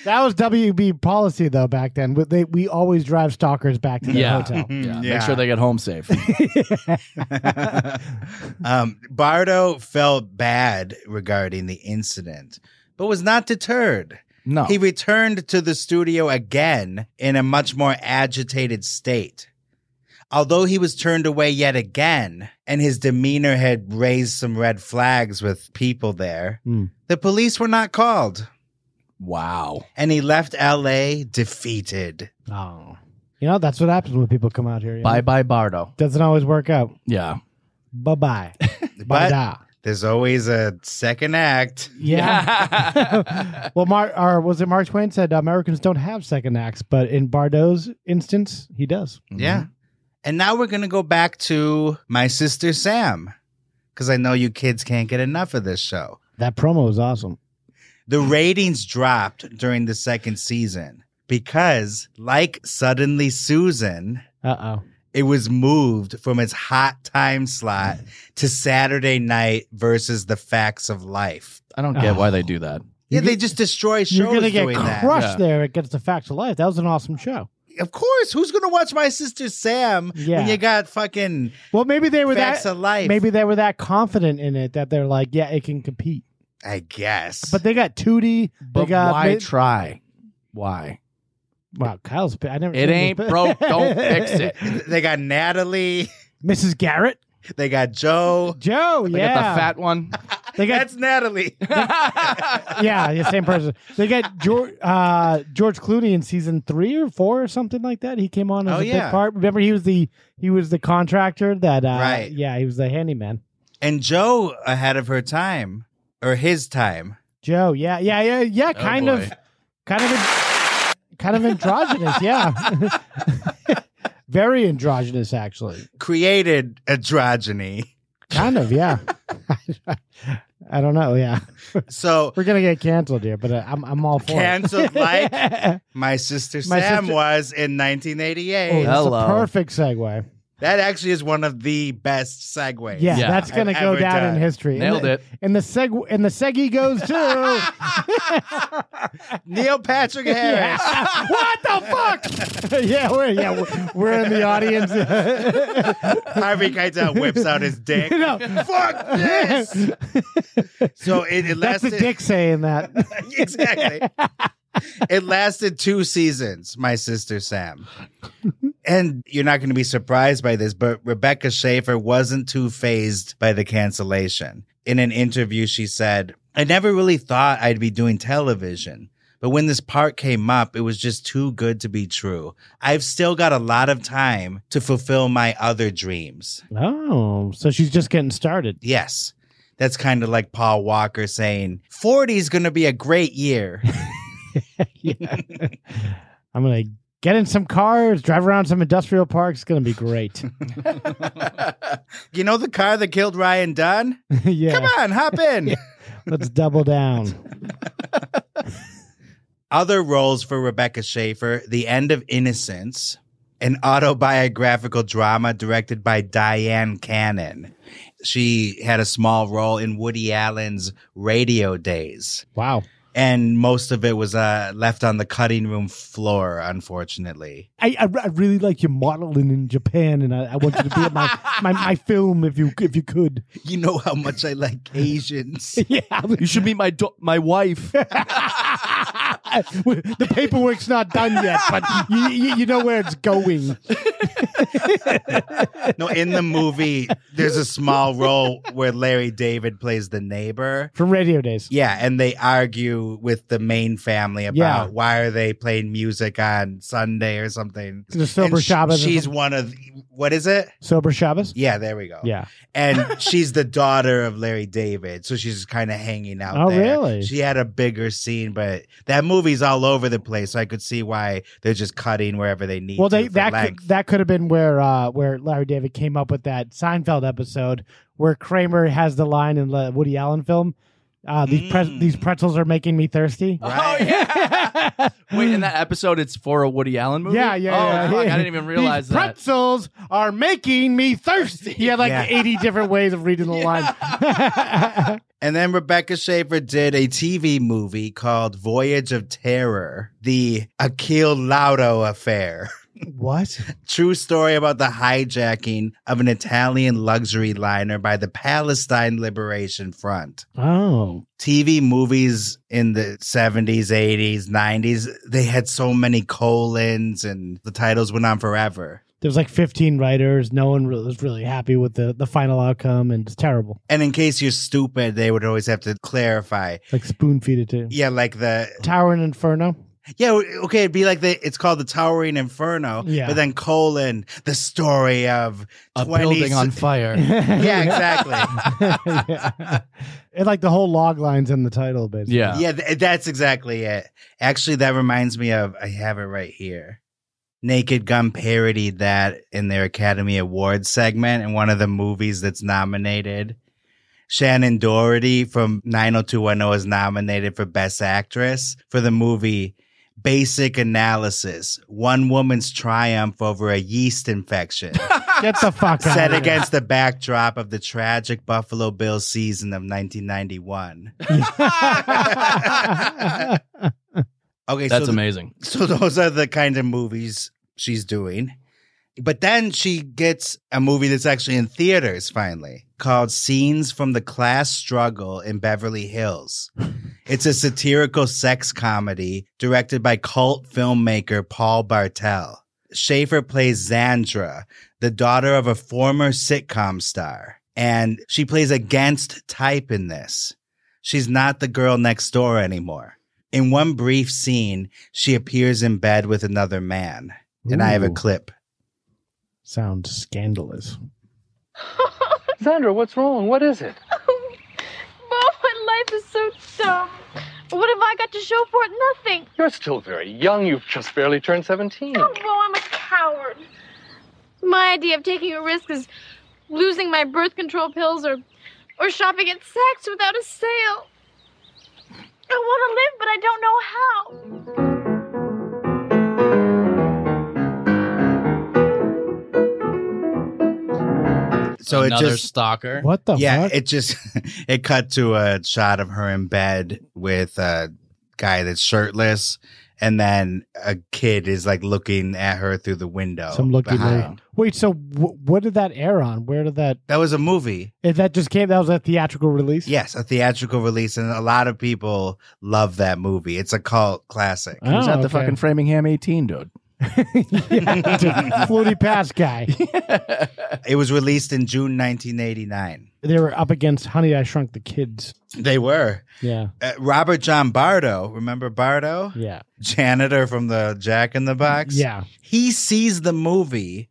That was WB policy though back then. We- They, we always drive stalkers back to the Yeah. hotel. yeah. Yeah. Make sure they get home safe. Um, Bardo felt bad regarding the incident, but was not deterred. No. He returned to the studio again in a much more agitated state. Although he was turned away yet again, and his demeanor had raised some red flags with people there, Hmm. the police were not called, wow. and he left LA defeated. Oh. You know, that's what happens when people come out here. you Bye know? bye, Bardo. Doesn't always work out. Yeah. Bye bye. bye But da. there's always a second act. Yeah. well, Mar- or was it Mark Twain said Americans don't have second acts, but in Bardot's instance, he does. Yeah. And now we're going to go back to my sister Sam because I know you kids can't get enough of this show. That promo is awesome. The Mm. ratings dropped during the second season because, like Suddenly Susan, Uh oh. it was moved from its hot time slot Mm. to Saturday night versus the facts of life. I don't get why they do that. Yeah, they just destroy shows You're gonna get doing that. crushed Yeah. there. It gets the facts of life. That was an awesome show. Of course, who's gonna watch my sister Sam Yeah. when you got fucking Well, maybe they were facts that of life? maybe they were that confident in it that they're like, yeah, it can compete. I guess. But they got 2D. They But got why mid- try? Why? wow, Kyle's. I never. It ain't broke. Don't fix it. they got Natalie. Mrs. Garrett, They got Joe. Joe. They yeah, got the fat one. They got That's Natalie. yeah, the same person. They got George uh, George Clooney in season three or four or something like that. He came on as Oh, a yeah. big part. Remember, he was the he was the contractor that uh, Right. Yeah, he was the handyman. and Joe ahead of her time or his time. Joe. Yeah, yeah, yeah, yeah. Oh, Kind boy. of. Kind of, en- kind of androgynous. Yeah, very androgynous, actually. Created androgyny. Kind of. Yeah. I don't know. Yeah. So we're gonna get canceled here, but uh, I'm I'm all for it. Oh, Canceled like my sister My Sam sister- was in 1988. Oh, that's a perfect segue. That actually is one of the best segues. Yeah, that's gonna I've go ever down done. in history. and the, And the seg and the seggy goes to Neil Patrick Harris. Yeah. What the fuck? yeah, we're yeah we're, we're in the audience. Harvey Keitel whips out his dick. No. Fuck this. so it, it That's lasted the dick saying that. exactly. It lasted two seasons, my sister Sam. And you're not going to be surprised by this, but Rebecca Schaefer wasn't too phased by the cancellation. In an interview, she said, I never really thought I'd be doing television. But when this part came up, it was just too good to be true. I've still got a lot of time to fulfill my other dreams. Oh, so she's just getting started. Yes. That's kind of like Paul Walker saying, 40 is going to be a great year. I'm gonna get in some cars, drive around some industrial parks. It's gonna be great. you know the car that killed Ryan Dunn? yeah. Come on, hop in. Let's double down. Other roles for Rebecca Schaefer The End of Innocence, an autobiographical drama directed by Diane Cannon. She had a small role in Woody Allen's Radio Days. Wow. And most of it was uh, left on the cutting room floor, unfortunately. I, I, I really like your modeling in Japan, and I, I want you to be in my, my, my film if you if you could. You know how much I like Asians. yeah, you should meet my do- my wife. the paperwork's not done yet, but you, you, you know where it's going. no, in the movie, there's a small role where Larry David plays the neighbor. From Radio Days. Yeah, and they argue with the main family about Yeah. why are they playing music on Sunday or something. The Sober And sh- Shabbos or She's something. one of what is it? Sober Shabbos? Yeah, there we go. Yeah. And she's the daughter of Larry David, so she's kind of hanging out Oh, there. really? She had a bigger scene, but that movie's all over the place, so I could see why they're just cutting wherever they need Well, they to for that length. could, that could have been where uh, where Larry David came up with that Seinfeld episode where Kramer has the line in the Woody Allen film. Uh, these pre- these pretzels are making me thirsty. Mm. Oh yeah. Wait, in that episode, it's for a Woody Allen movie. Yeah, yeah. Oh, yeah. fuck, I didn't even realize These that. pretzels are making me thirsty. He had like Yeah. 80 different ways of reading the line. And then Rebecca Schaefer did a TV movie called Voyage of Terror, the Akil Laudo affair. what? True story about the hijacking of an Italian luxury liner by the Palestine Liberation Front. Oh. TV movies in the 70s, 80s, 90s, they had so many colons and the titles went on forever. There's like 15 writers. No one re- was really happy with the, the final outcome, and it's terrible. And in case you're stupid, they would always have to clarify. Like spoon feed it to Yeah, like the Tower and Inferno. Yeah, w- okay, it'd be like the it's called the Towering Inferno, Yeah. but then colon the story of A 20 building on fire. yeah, exactly. yeah. And like the whole log line's in the title, basically. Yeah. yeah, th- that's exactly it. Actually, that reminds me of I have it right here. Naked Gun parodied that in their Academy Awards segment in one of the movies that's nominated. Shannon Doherty from 90210 is nominated for Best Actress for the movie Basic Analysis One Woman's Triumph Over a Yeast Infection, Get the fuck out set of here. against the backdrop of the tragic Buffalo Bills season of 1991. Okay, That's so th- amazing. so those are the kind of movies she's doing. But then she gets a movie that's actually in theaters finally called Scenes from the Class Struggle in Beverly Hills. It's a satirical sex comedy directed by cult filmmaker Paul Bartel. Schaefer plays Zandra, the daughter of a former sitcom star, and she plays against type in this. She's not the girl next door anymore. In one brief scene, she appears in bed with another man. And I have a Ooh. clip. Sounds scandalous. Sandra, what's wrong? What is it? Oh, Mom, my life is so dumb. What have I got to show for it? Nothing. You're still very young. You've just barely turned 17. Don't go. I'm a coward. My idea of taking a risk is losing my birth control pills or, or shopping at Saks without a sale. I want to live, but I don't know how. So it Another just stalker. What the yeah, it just it cut to a shot of her in bed with a guy that's shirtless, and then a kid is like looking at her through the window. Some looky behind. lady. Wait, so w- what did that air on? Where did that? That was a movie. If that just came. That was a theatrical release. Yes, a theatrical release, and a lot of people love that movie. It's a cult classic. He Oh, was at the fucking Framingham 18, dude. Floaty Pass guy. It was released in June 1989. They were up against Honey, I Shrunk the Kids. They were. Yeah. Uh, Robert John Bardo, remember Bardo? Yeah. Janitor from the Jack in the Box? Yeah. He sees the movie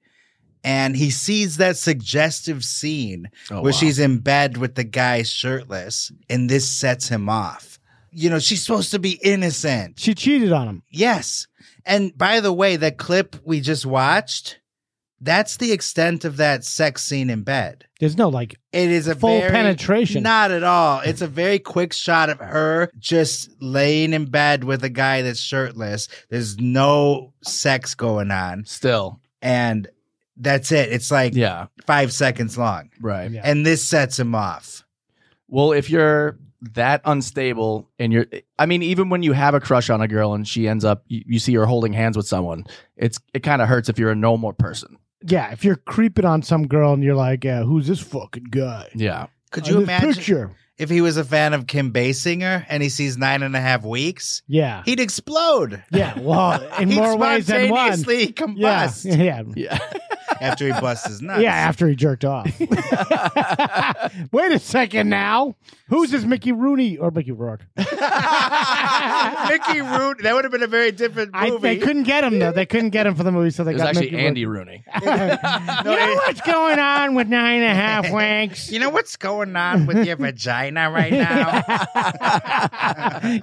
and he sees that suggestive scene Oh, where wow. she's in bed with the guy shirtless, and this sets him off. You know, she's supposed to be innocent. She cheated on him. Yes. And by the way, that clip we just watched, that's the extent of that sex scene in bed. There's no like. It is a Full very- penetration. Not at all. It's a very quick shot of her just laying in bed with a guy that's shirtless. There's no sex going on, Still. and that's it. It's like Yeah. five seconds long, Right. Yeah. and this sets him off. Well, if you're that unstable and you're, I mean, even when you have a crush on a girl and she ends up, you, you see her holding hands with someone, it's it kind of hurts if you're a normal person. Yeah, if you're creeping on some girl and you're like, yeah, "Who's this fucking guy?" Yeah. Could Uh, you this imagine picture. if he was a fan of Kim Basinger and he sees nine and a half weeks? Yeah. He'd explode. Yeah, well, Oh, in He'd more ways than one. spontaneously Yeah, combust yeah, Yeah. after he busts his nuts. yeah. After he jerked off. Wait a second now. Who's this Mickey Rooney or Mickey Rourke? Mickey Root. That would have been a very different movie. I, they couldn't get him though. They couldn't get him for the movie, so they It was got actually Mickey Andy Rourke. Rooney. you know what's going on with nine and a half wanks? You know what's going on with your vagina right now?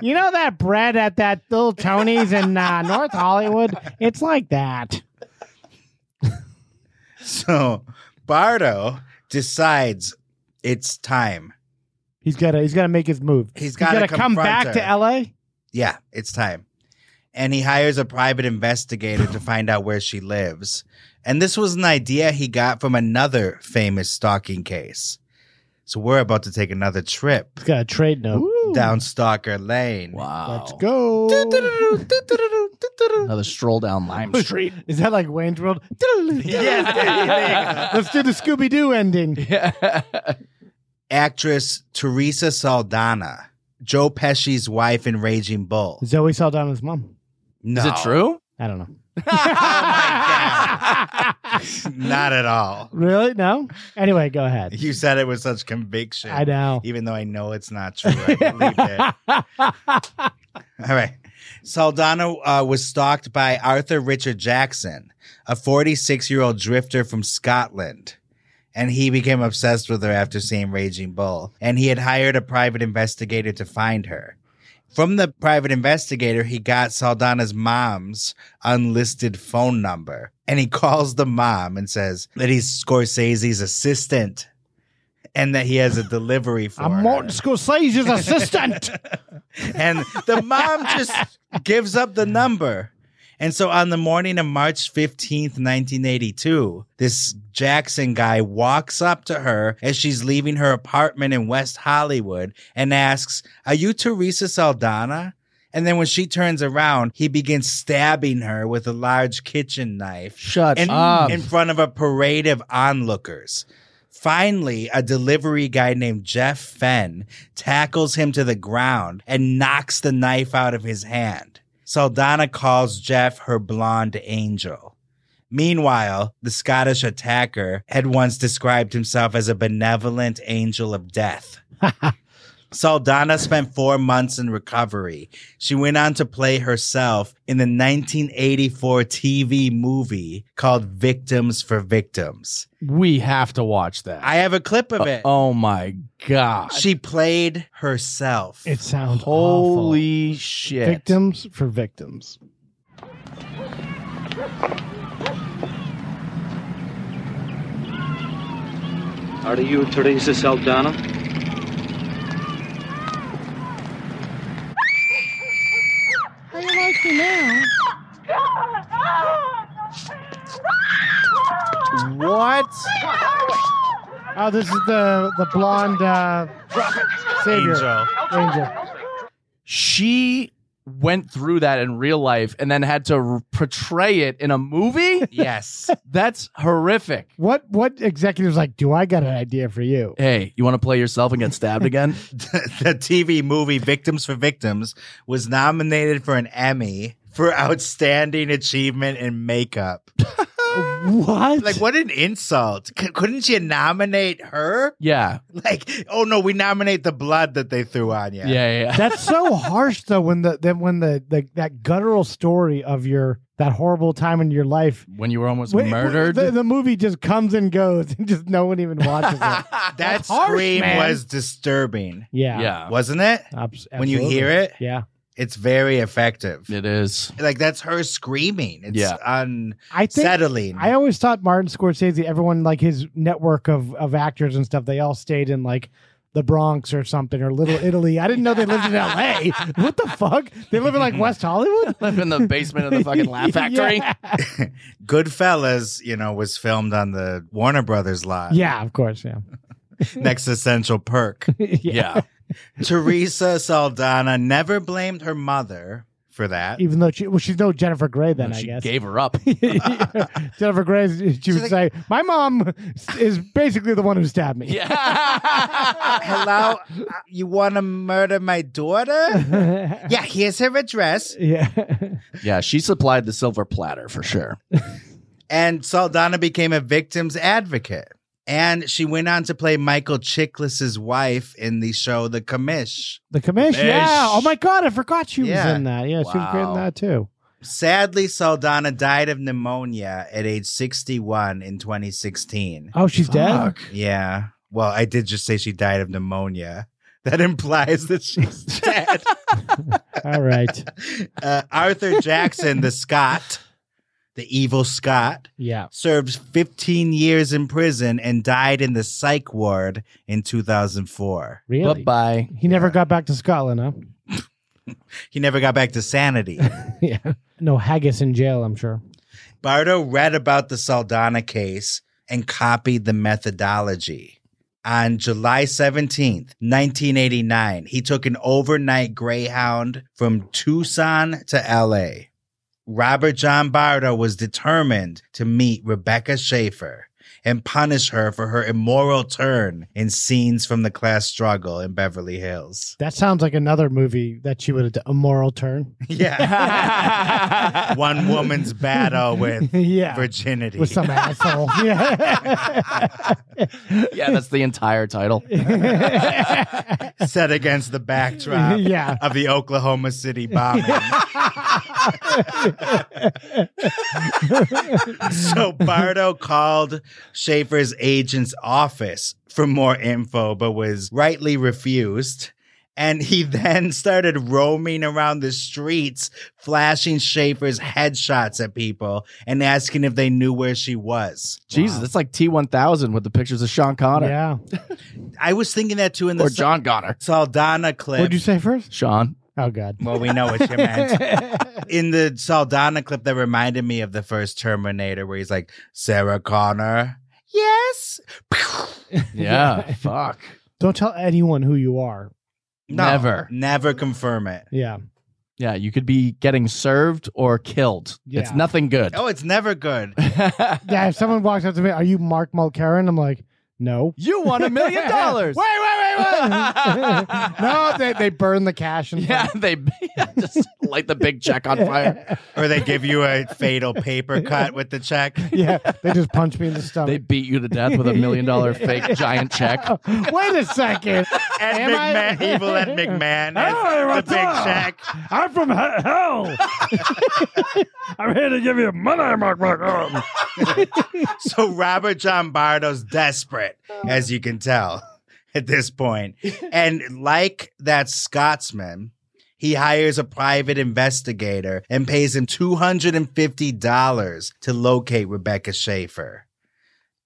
You know that bread at that little Tony's in uh, North Hollywood? It's like that. So Bardo decides it's time. He's gotta he's gotta make his move. He's gotta, gotta come confront back her. to LA? Yeah, it's time. And he hires a private investigator to find out where she lives. And this was an idea he got from another famous stalking case. So we're about to take another trip He's got a trade note. down Stalker Lane. Wow. Let's go. Another stroll down Lime Street. Is that like Wayne's World? Yeah. Let's do the Scooby Doo ending. Yeah. Actress Teresa Saldana, Joe Pesci's wife in Raging Bull. Zoe Saldana's mom. No. Is it true? I don't know. Oh Not at all. Really? No? Anyway, go ahead. You said it with such conviction. I know. Even though I know it's not true. I believe it. All right. Saldana uh, was stalked by Arthur Richard Jackson, a 46 year old drifter from Scotland. And he became obsessed with her after seeing Raging Bull. And he had hired a private investigator to find her. From the private investigator, he got Saldana's mom's unlisted phone number. And he calls the mom and says that he's Scorsese's assistant and that he has a delivery for I'm her Martin Scorsese's assistant. and the mom just gives up the number. And so on the morning of March 15th, 1982, this Jackson guy walks up to her as she's leaving her apartment in West Hollywood and asks, Are you Teresa Saldana? And then when she turns around, he begins stabbing her with a large kitchen knife Shut in, up. in front of a parade of onlookers. Finally, a delivery guy named Jeff Fenn tackles him to the ground and knocks the knife out of his hand. Saldana calls Jeff her blonde angel. Meanwhile, the Scottish attacker had once described himself as a benevolent angel of death. Saldana spent four months in recovery. She went on to play herself in the 1984 TV movie called Victims for Victims. We have to watch that. I have a clip of it. oh my god. She played herself. It sounds Holy shit. Victims for victims. Are you Teresa Saldana? How you like me now? What? Oh, this is the the blonde uh, savior Angel. Angel. She went through that in real life and then had to r- portray it in a movie? Yes. That's horrific. What what executives like? Do I got an idea for you? Hey, you want to play yourself and get stabbed again? the TV movie Victims for Victims was nominated for an Emmy for Outstanding Achievement in Makeup. what? Like, what an insult. C- couldn't you nominate her? Yeah. Like, oh no, we nominate the blood that they threw on you. Yeah, yeah. yeah. That's so harsh though. When the then when the, the that guttural story of your that horrible time in your life. when you were almost Wait, murdered. The, the movie just comes and goes, and just no one even watches it. that That's harsh, scream man. was disturbing. Yeah. yeah. Wasn't it? Abs- When you hear absolutely. it, Yeah. it's very effective. It is. Like, that's her screaming. It's Yeah. I think unsettling. I always thought Martin Scorsese, everyone like his network of of actors and stuff, they all stayed in like the Bronx or something or Little Italy. I didn't know they lived in L.A. What the fuck? They live in like West Hollywood. Live in the basement of the fucking Laugh Factory. Yeah. Goodfellas, you know, was filmed on the Warner Brothers lot Yeah, of course. Yeah. next to Central Perk. yeah. Teresa Saldana never blamed her mother for that. Even though she, well, she's no Jennifer Grey then, I she guess. gave her up. Jennifer Grey, she would say, "My mom is basically the one who stabbed me." Yeah. Hello, Uh, you want to murder my daughter? Yeah. Yeah, here's her address. yeah, she supplied the silver platter for sure. And Saldana became a victim's advocate. And she went on to play Michael Chiklis's wife in the show The Commish. The commission. Ish. Yeah. Oh my god, I forgot she was Yeah. in that. Yeah, she was great Wow. in that too. Sadly, Saldana died of pneumonia at age 61 in 2016. Oh, she's dead. Yeah. Well, I did just say she died of pneumonia. That implies that she's dead. All right. uh, Arthur Jackson, the Scot, the evil Scot, Yeah. served 15 years in prison and died in the psych ward in 2004. Really? Bye-bye. He never got back to Scotland, huh? He never got back to sanity. yeah. No haggis in jail, I'm sure. Bardo read about the Saldana case and copied the methodology. On July 17th, 1989, he took an overnight Greyhound from Tucson to LA. Robert John Bardo was determined to meet Rebecca Schaefer and punish her for her immoral turn in scenes from the class struggle in Beverly Hills. That sounds like another movie that she would have done. A moral turn. Yeah. One woman's battle with yeah. virginity. With some asshole. Yeah. Yeah, that's the entire title. set against the backdrop Yeah. of the Oklahoma City bombing. so Bardo called Schaefer's agent's office for more info, but was rightly refused. And he then started roaming around the streets, flashing Schaefer's headshots at people and asking if they knew where she was. Jesus, it's like T1000 with the pictures of Sean Connor yeah. I was thinking that too in the or John Connor. Saldana clip. What'd you say first? Sean. Oh God. Well, we know what you meant. In the Saldana clip that reminded me of the first Terminator, where he's like, Sarah Connor. Yes. Yeah, fuck. Don't tell anyone who you are. No, Never. Never confirm it. Yeah. Yeah, you could be getting served or killed. It's Yeah. nothing good. Oh, it's never good. Yeah. If someone walks up to me, are you Mark Mulcairn? I'm like, No. You won a million dollars. Wait, wait, wait, wait. no, they, they burn the cash. And Yeah, they just light the big check on fire. Or they give you a fatal paper cut with the check. yeah, they just punch me in the stomach. They beat you to death with a million dollar fake giant check. Wait a second. Ed Am I- McMahon, evil Ed McMahon, as Hey, the big what's up? check. I'm from he- hell. I'm here to give you money, Mark. Mark. Um, so Robert John Bardo's desperate, as you can tell at this point. And like that Scotsman, he hires a private investigator and pays him $250 to locate Rebecca Schaefer.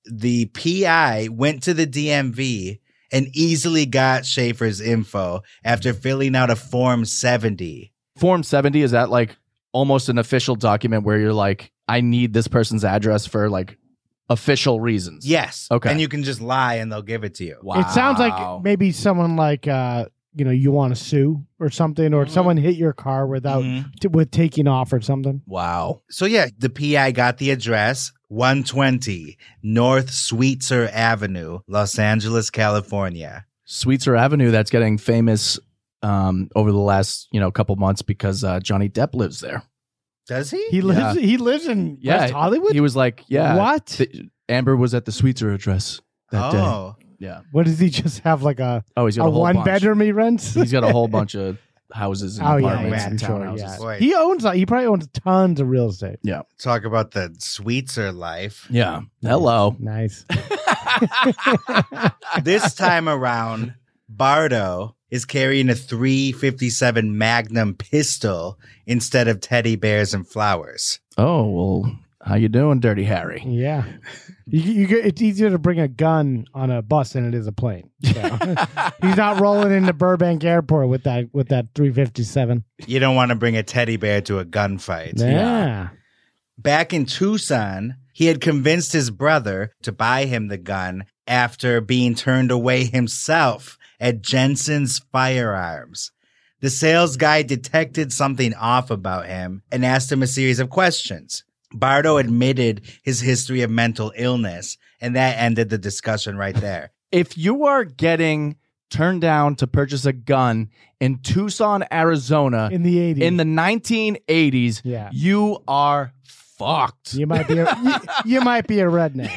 The PI went to the DMV and easily got Schaefer's info after filling out a Form 70. Form 70 is that like almost an official document where you're like, I need this person's address for like official reasons. Yes. Okay. And you can just lie and they'll give it to you. It sounds like maybe someone like uh, you know you want to sue or something, or someone hit your car without Mm-hmm. t- with taking off or something. Wow. So yeah, the PI got the address, 120 North Sweetser Avenue, Los Angeles, California. Sweetser Avenue that's getting famous um, over the last, you know, couple months because uh, Johnny Depp lives there. Does he? He lives. He lives in Yeah. West Hollywood. He was like, yeah. What? th- Amber was at the Sweetser address that day. Oh, Yeah. What does he just have like Oh. a Oh, he's got a whole one bunch. bedroom he rents? He's got a whole bunch of houses and Oh yeah, apartments yeah, and sure, townhouses. yeah. He owns. He probably owns tons of real estate. Yeah. Talk about the Sweetser life. Yeah. Hello. Nice. this time around, Bardo is carrying a 357 Magnum pistol instead of teddy bears and flowers. Oh, well, how you doing, Dirty Harry? Yeah. You, you get, it's easier to bring a gun on a bus than it is a plane. So. He's not rolling into Burbank Airport with that with that 357. You don't want to bring a teddy bear to a gunfight. Yeah. Back in Tucson, he had convinced his brother to buy him the gun after being turned away himself at Jensen's Firearms. The sales guy detected something off about him and asked him a series of questions. Bardo admitted his history of mental illness, and that ended the discussion right there. If you are getting turned down to purchase a gun in Tucson, Arizona in the 80s. in the 1980s, Yeah. you are fucked. You might be a, you, you might be a redneck.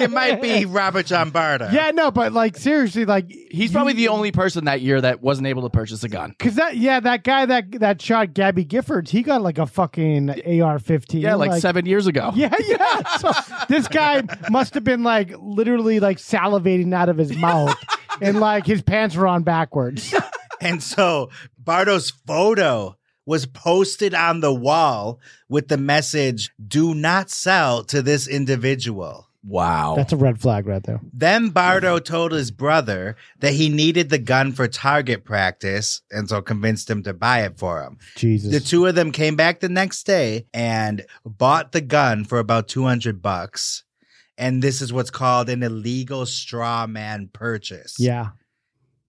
it might be Robert John Bardo. Yeah, no, but like seriously, like He's probably the only person that year that wasn't able to purchase a gun. Cause that yeah that guy that that shot Gabby Giffords he got like a fucking AR-15 Yeah, like, seven years ago. yeah yeah so this guy must have been like literally like salivating out of his mouth and like his pants were on backwards And so Bardo's photo was posted on the wall with the message, do not sell to this individual. Wow. that's a red flag right there Then Bardo told his brother that he needed the gun for target practice and so convinced him to buy it for him. Jesus The two of them came back the next day and bought the gun for about 200 bucks. And this is what's called an illegal straw man purchase. yeah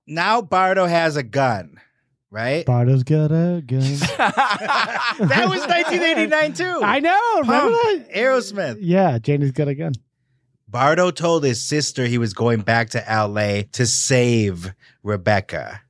Now Bardo has a gun, right? Bardo's got a gun that was 1989 too. I know remember Pump, that Aerosmith. yeah Janie's got a gun Bardo told his sister he was going back to LA to save Rebecca.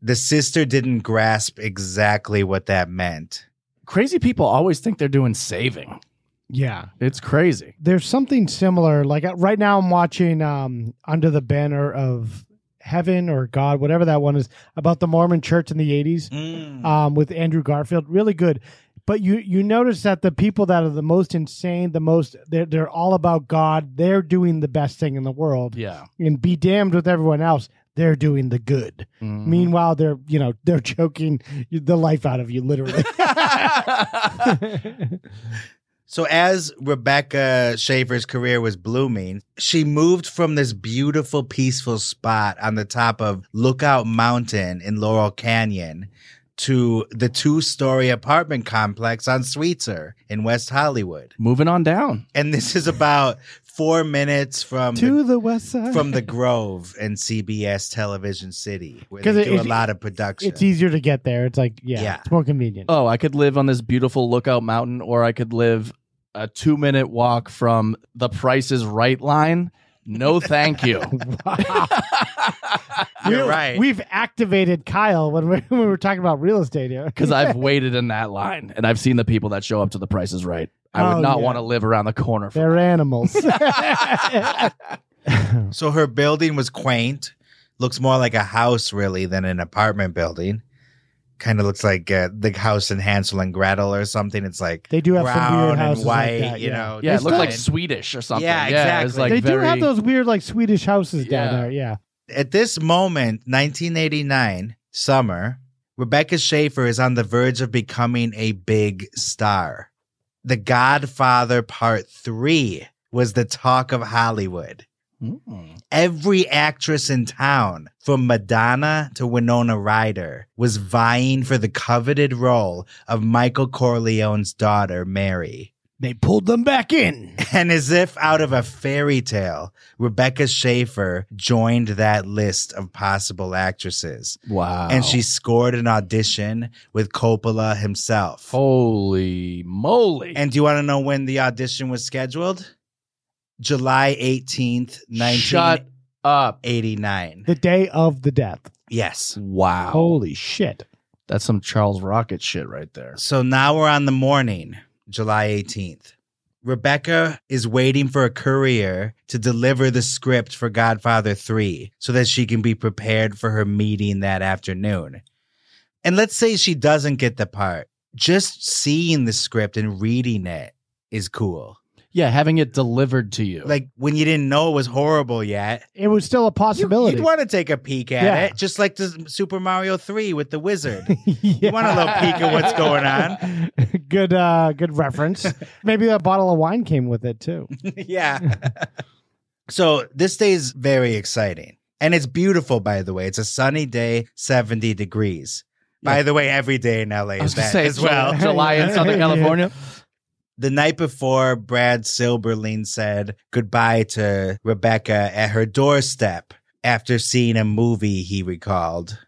The sister didn't grasp exactly what that meant. Crazy people always think they're doing saving. yeah It's crazy. there's something similar. Like uh, right now, I'm watching um, Under the Banner of Heaven or God, whatever that one is, about the Mormon Church in the '80s Mm-hmm. um, with Andrew Garfield. Really good. But you you notice that the people that are the most insane, the most they're they're all about God. They're doing the best thing in the world. Yeah. And be damned with everyone else. They're doing the good. Mm-hmm. Meanwhile, they're you know they're choking the life out of you, literally. So, as Rebecca Schaefer's career was blooming, she moved from this beautiful, peaceful spot on the top of Lookout Mountain in Laurel Canyon to the two story apartment complex on Sweetser in West Hollywood. Moving on down. And this is about four minutes from to the, the west side from the Grove and CBS Television City, where 'Cause they it- do a it- lot of production. It's e- easier to get there. It's like yeah, Yeah. it's more convenient. Oh, I could live on this beautiful lookout mountain, or I could live a two minute walk from the Price is Right line No, thank you. You're We- right. We've activated Kyle when we, when we were talking about real estate here. Because I've waited in that line and I've seen the people that show up to the prices right. I would Oh, not yeah. want to live around the corner. From They're animals. So her building was quaint, looks more like a house really than an apartment building. Kind of looks like uh, the house in Hansel and Gretel or something. It's like They do have brown some weird and houses like white, that, you yeah. know. yeah, it just looked like plain. Swedish or something. Yeah, it was exactly. like they do very- have those weird like Swedish houses down Yeah. there. Yeah. At this moment, 1989 summer, Rebecca Schaefer is on the verge of becoming a big star. The Godfather Part 3 was the talk of Hollywood. Hmm. Every actress in town, from Madonna to Winona Ryder, was vying for the coveted role of Michael Corleone's daughter, Mary. They pulled them back in. And as if out of a fairy tale, Rebecca Schaefer joined that list of possible actresses. Wow. And she scored an audition with Coppola himself. Holy moly. And do you want to know when the audition was scheduled? July 18th, 1989. Shut up. 89. The day of the death. Yes. Wow. Holy shit. That's some Charles Rocket shit right there. So now we're on the morning, July 18th. Rebecca is waiting for a courier to deliver the script for Godfather 3 so that she can be prepared for her meeting that afternoon. And let's say she doesn't get the part. Just seeing the script and reading it is cool. Yeah, having it delivered to you. Like when you didn't know it was horrible yet, It was still a possibility. you'd want to take a peek at Yeah. it, just like the Super Mario 3 with the wizard. You want a little peek at what's going on. good uh good reference. Maybe a bottle of wine came with it too. yeah. so this day is very exciting. And it's beautiful, by the way. It's a sunny day, 70 degrees. By the way, every day in LA is gonna that say, as well. July- July in Southern California. The night before, Brad Silberling said goodbye to Rebecca at her doorstep after seeing a movie he recalled.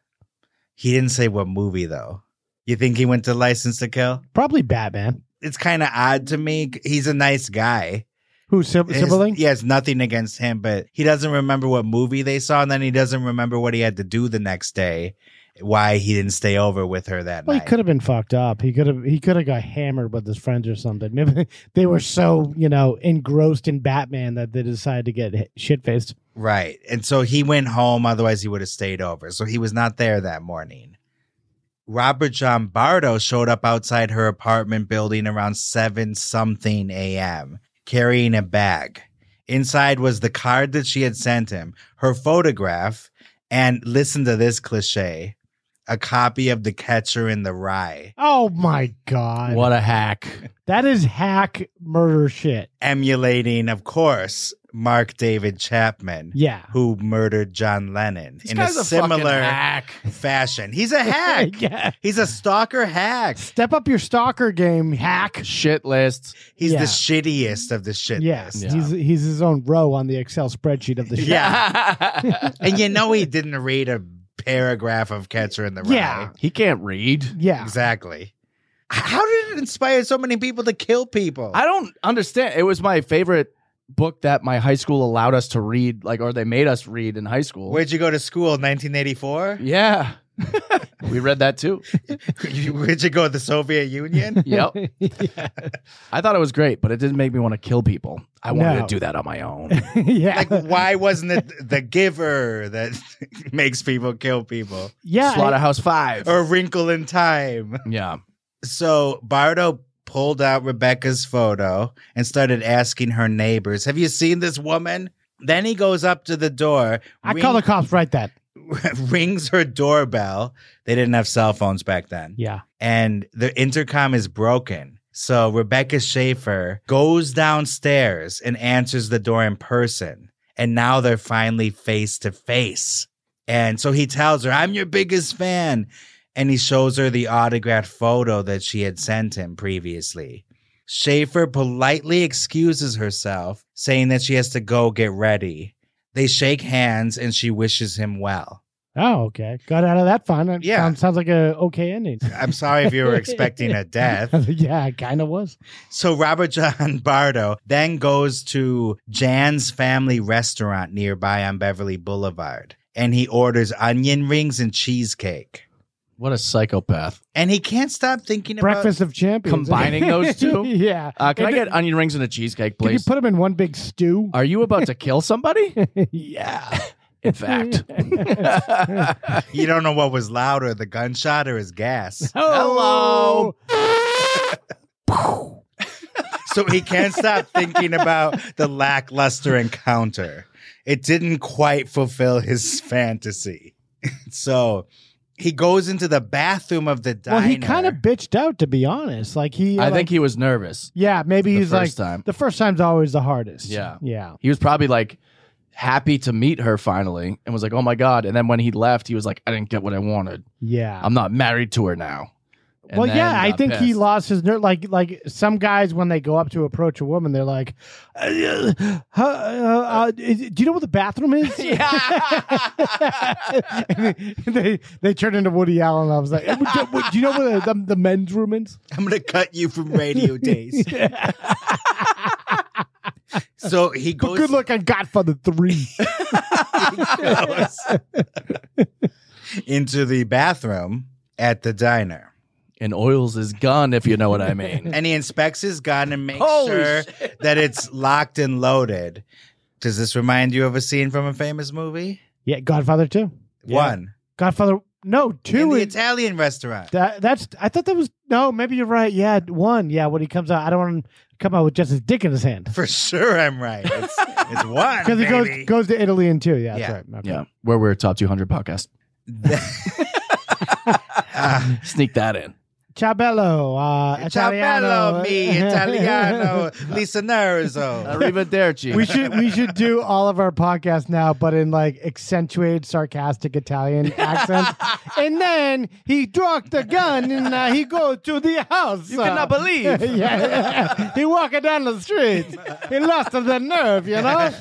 He didn't say what movie, though. You think he went to License to Kill? Probably Batman. It's kind of odd to me. He's a nice guy. Who's Sil- It's- Silverling? Yeah, it's nothing against him, but he doesn't remember what movie they saw, and then he doesn't remember what he had to do the next day, why he didn't stay over with her that Well, he night. could have been fucked up. He could have he could have got hammered with his friends or something. Maybe they were so, you know, engrossed in Batman that they decided to get shit faced. Right. And so he went home, otherwise, he would have stayed over. So he was not there that morning. Robert John Bardo showed up outside her apartment building around 7 something a.m., carrying a bag. Inside was the card that she had sent him, her photograph, and listen to this cliche a copy of The Catcher in the Rye, Oh my god. What a hack. That is hack murder shit. emulating, of course, Mark David Chapman. Yeah. Who murdered John Lennon in guy's a a fucking similar hack. fashion. He's a hack. Yeah. He's a stalker hack. Step up your stalker game, hack. Shit list. He's Yeah. the shittiest of the shit. Yes. list. He's he's his own row on the Excel spreadsheet of the shit. Yeah. and Uh, you know he didn't read a paragraph of Catcher in the Rye. Yeah. He can't read. Yeah. Exactly. H- How did it inspire so many people to kill people? I don't understand. It was my favorite book that my high school allowed us to read, like, or they made us read in high school. Where'd you go to school? 1984? Yeah. we read that too. Where'd you go? The Soviet Union? Yep. I thought it was great, but it didn't make me want to kill people. I wanted No. to do that on my own. yeah. Like, why wasn't it the giver that makes people kill people? Yeah, I- Slaughterhouse Five. Or Wrinkle in Time. yeah. So Bardo pulled out Rebecca's photo and started asking her neighbors, Have you seen this woman? Then he goes up to the door. I call the cops right that. rings her doorbell. They didn't have cell phones back then. Yeah. And the intercom is broken. So Rebecca Schaefer goes downstairs and answers the door in person. And now they're finally face to face. And so he tells her, I'm your biggest fan. And he shows her the autographed photo that she had sent him previously. Schaefer politely excuses herself, saying that she has to go get ready. They shake hands and she wishes him well. Oh, okay. Got out of that fun. Yeah. Sounds, sounds like a okay ending. I'm sorry if you were expecting a death. yeah, I kind of was. So Robert John Bardo then goes to Jan's family restaurant nearby on Beverly Boulevard and he orders onion rings and cheesecake. What a psychopath. And he can't stop thinking Breakfast about of champions. Combining those two? yeah. Uh, can And I th- get onion rings and a cheesecake, Can you please? put them in one big stew? Are you about to kill somebody? yeah. In fact, you don't know what was louder, the gunshot or his gas. Hello. So he can't stop thinking about the lackluster encounter. It didn't quite fulfill his fantasy. So he goes into the bathroom of the diner. Well, he kind of bitched out, to be honest. Like he, I like- think he was nervous. yeah, maybe The he's like first time. the first time's always the hardest. Yeah. yeah. He was probably like happy to meet her finally and was like, oh my God. And then when he left, he was like, I didn't get what I wanted. Yeah. I'm not married to her now. Um, And well, then yeah, I got think he pissed. lost his nerve. Like, like some guys when they go up to approach a woman, they're like, uh, uh, uh, uh, is- "Do you know what the bathroom is?" And they they turn into Woody Allen. I was like, "Uh, "Do, what- do you know what the, the, the men's room is?" I'm going to cut you from radio days. so he But goes. good luck on Godfather Three. into the bathroom at the diner. And oils his gun, if you know what I mean. And he inspects his gun and makes Holy sure that it's locked and loaded. Does this remind you of a scene from a famous movie? yeah, Godfather Two. One. Godfather. No, In two the is Italian restaurant. that. That's. I thought that was no. Maybe you're right. Yeah, one. Yeah, when he comes out, I don't want to come out with just his dick in his hand. For sure I'm right. It's, it's one. Because he baby. goes goes to Italy in two. Yeah, that's Yeah. right. Okay. Yeah. Where we're a top 200 podcast. Ah, Sneak that in. Ciabello, uh, Ciao bello, Italiano. eh? mi Italiano, Lisa Arrivederci. we should we should do all of our podcasts now, but in like accentuated, sarcastic Italian accents. and then he dropped the gun and uh, he go to the house. Uh, You cannot believe. yeah, he walking down the street. He lost the nerve, you know.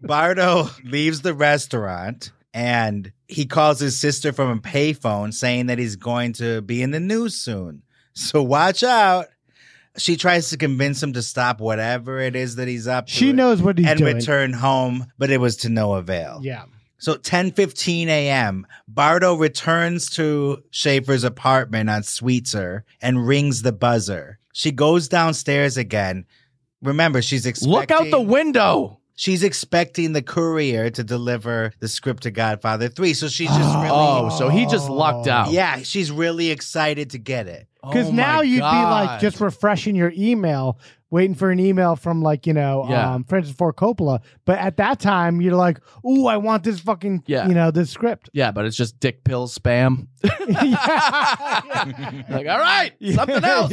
Bardo leaves the restaurant and he calls his sister from a payphone saying that he's going to be in the news soon. So watch out. She tries to convince him to stop whatever it is that he's up to she knows what he's and doing. return home, but it was to no avail. Yeah. So 10:15 a.m., Bardo returns to Schaefer's apartment on Sweetser and rings the buzzer. She goes downstairs again. Remember, she's expecting Look out the window. She's expecting the courier to deliver the script to Godfather 3. So she's just really Oh. Oh, so he just lucked out. Yeah, she's really excited to get it. Because Oh now my you'd be like God. just refreshing your email, waiting for an email from like, you know, Yeah. um, Francis Ford Coppola. But at that time, you're like, ooh, I want this fucking, Yeah. you know, this script. Yeah, but it's just dick pill spam. like, all right, something else.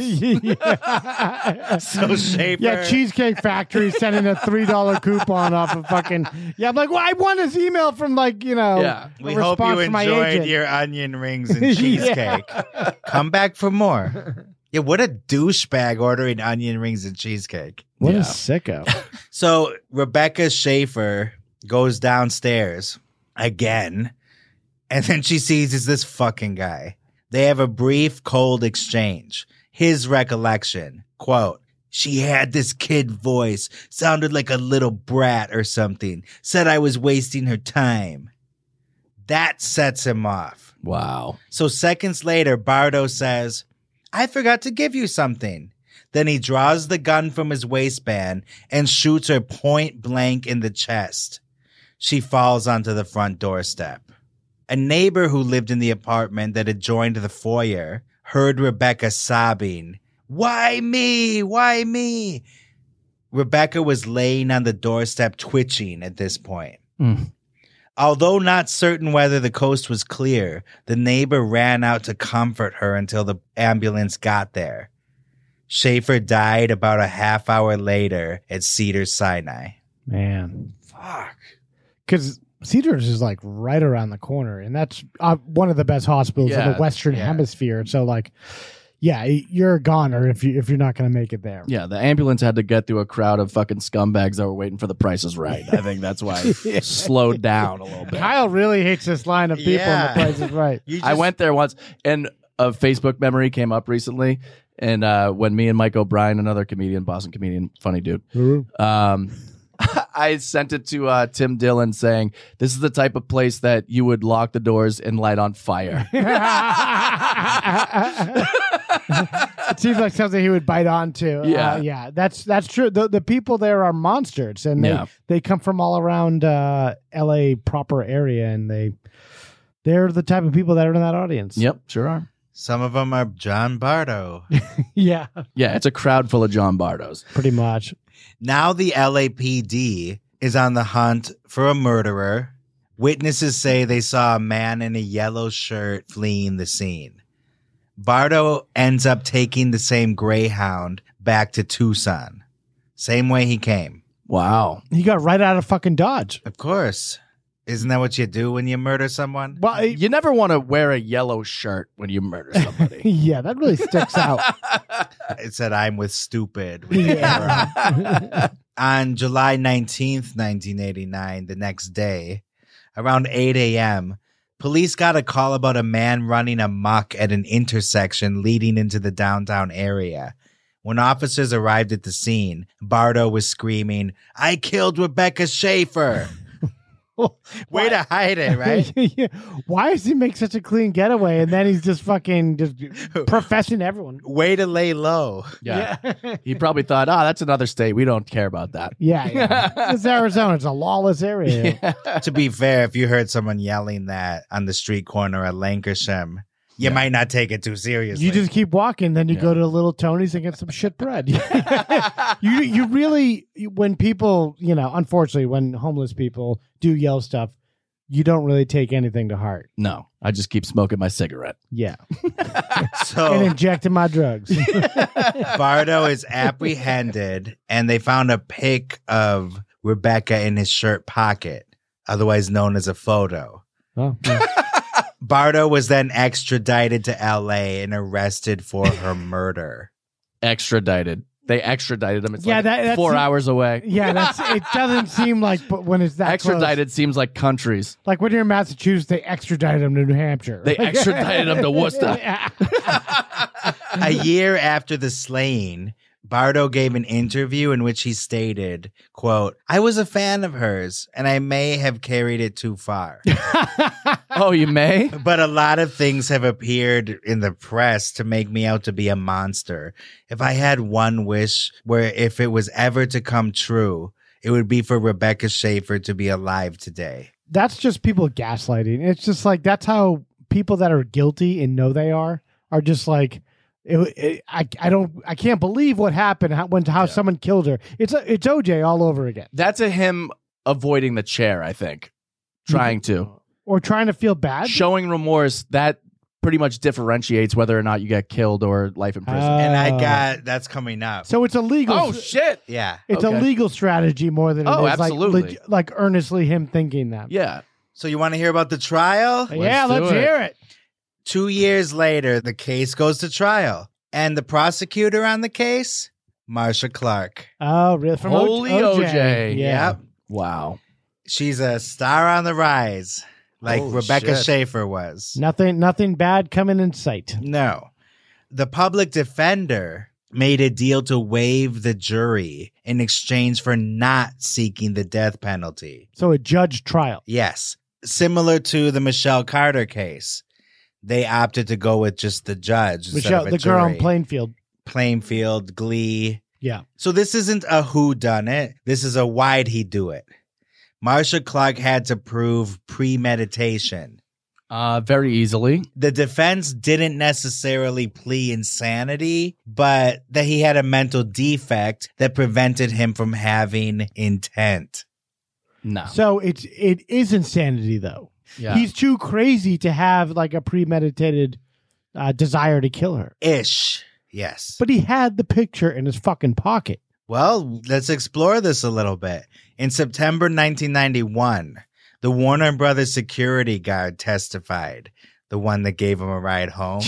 yeah. So Schaefer Yeah, Cheesecake Factory sending a $3 coupon off of fucking. Yeah, I'm like, well, I want this email from like, you know, Yeah. a We hope you response from my enjoyed agent. your onion rings and cheesecake. Come back for more. Yeah, what a douchebag ordering onion rings and cheesecake. What a Yeah. sicko. So Rebecca Schaefer goes downstairs again, and then she sees is this fucking guy. They have a brief, cold exchange. His recollection, quote, she had this kid voice, sounded like a little brat or something, said I was wasting her time. That sets him off. Wow. So seconds later, Bardo says, I forgot to give you something. Then he draws the gun from his waistband and shoots her point blank in the chest. She falls onto the front doorstep. A neighbor who lived in the apartment that adjoined the foyer heard Rebecca sobbing, Why me? Why me? Rebecca was laying on the doorstep, twitching at this point. Mm. Although not certain whether the coast was clear, the neighbor ran out to comfort her until the ambulance got there. Schaefer died about a half hour later at Cedar Sinai. Man. Fuck. because Cedars is like right around the corner, and that's uh, one of the best hospitals in Yeah, the Western yeah. Hemisphere. And so, like, yeah, you're a goner if you if you're not going to make it there. Yeah, the ambulance had to get through a crowd of fucking scumbags that were waiting for the prices right. I think that's why it slowed down a little bit. Kyle really hates this line of people Yeah. in the Price is Right. I went there once, and a Facebook memory came up recently. And uh, when me and Mike O'Brien, another comedian, Boston comedian, funny dude, um, I sent it to uh, Tim Dillon saying, "This is the type of place that you would lock the doors and light on fire." it seems like something he would bite on to. Uh, Yeah. yeah, that's that's true. The the people there are monsters, and they Yeah. they come from all around uh, L.A. proper area, and they they're the type of people that are in that audience. yep, sure are. Some of them are John Bardo. yeah, Yeah, it's a crowd full of John Bardos. pretty much. Now the LAPD is on the hunt for a murderer. Witnesses say they saw a man in a yellow shirt fleeing the scene. Bardo ends up taking the same Greyhound back to Tucson, same way he came. Wow. He got right out of fucking Dodge. Of course. Isn't that what you do when you murder someone? Well, you never want to wear a yellow shirt when you murder someone. yeah, that really sticks out. Uh, it said, I'm with stupid. On July 19th, 1989, the next day, around 8 a.m., police got a call about a man running amok at an intersection leading into the downtown area. When officers arrived at the scene, Bardo was screaming, I killed Rebecca Schaefer. Way to hide it, right? yeah. Why does he make such a clean getaway and then he's just fucking just professing to everyone? Way to lay low. Yeah. he probably thought, oh, that's another state. We don't care about that. Yeah, yeah. it's Arizona. It's a lawless area. to be fair, if you heard someone yelling that on the street corner at Lancashire, you might not take it too seriously. You just keep walking, then you go to Little Tony's and get some shit bread. you you really when people you know unfortunately when homeless people do yell stuff, you don't really take anything to heart. No, I just keep smoking my cigarette. Yeah, and Oh. so injecting my drugs. Bardo is apprehended, and they found a pic of Rebecca in his shirt pocket, otherwise known as a photo. oh, Bardo was then extradited to LA and arrested for her murder. Extradited. They extradited him. It's Yeah, like that- that's- four hours away. yeah, that's it. Doesn't seem like, but when it's that close. extradited seems like countries. like when you're in Massachusetts, they extradited him to New Hampshire. They extradited him to Worcester. a year after the slaying, Bardo gave an interview in which he stated, quote, I was a fan of hers and I may have carried it too far. Oh, you may? But a lot of things have appeared in the press to make me out to be a monster. If I had one wish where if it was ever to come true, it would be for Rebecca Schaefer to be alive today. that's just people gaslighting. It's just like that's how people that are guilty and know they are are just like, it, it- I I don't I can't believe what happened how, when how someone killed her. It's a, it's OJ all over again, That's a him avoiding the chair, I think. Trying to. or trying to feel bad. Showing remorse, that pretty much differentiates whether or not you get killed or life in prison. and I Oh. got that's coming up. so it's a legal. oh, shit. yeah. It's okay. a legal strategy more than it is Oh, like, absolutely. legi- like earnestly him thinking that. Yeah. So you want to hear about the trial? yeah, let's hear it. Two years later, the case goes to trial. And the prosecutor on the case, Marsha Clark. Oh, really? From O- Holy OJ. Yeah. Yep. Wow. She's a star on the rise, like Holy Rebecca shit. Schaefer was. Nothing nothing bad coming in sight. No. The public defender made a deal to waive the jury in exchange for not seeking the death penalty. So a judge trial. Yes. Similar to the Michelle Carter case, they opted to go with just the judge. instead Michelle, of a the girl in jury. Plainfield. Plainfield, Glee. Yeah. So this isn't a who done it. This is a why'd he do it. Marsha Clark had to prove premeditation. Uh, very easily. The defense didn't necessarily plea insanity, but that he had a mental defect that prevented him from having intent. No. So it's it is insanity though. Um, Yeah. He's too crazy to have like a premeditated uh, desire to kill her. Ish. Yes. But he had the picture in his fucking pocket. Well, let's explore this a little bit. In September 1991, the Warner Brothers security guard testified. The the one that gave him a ride home.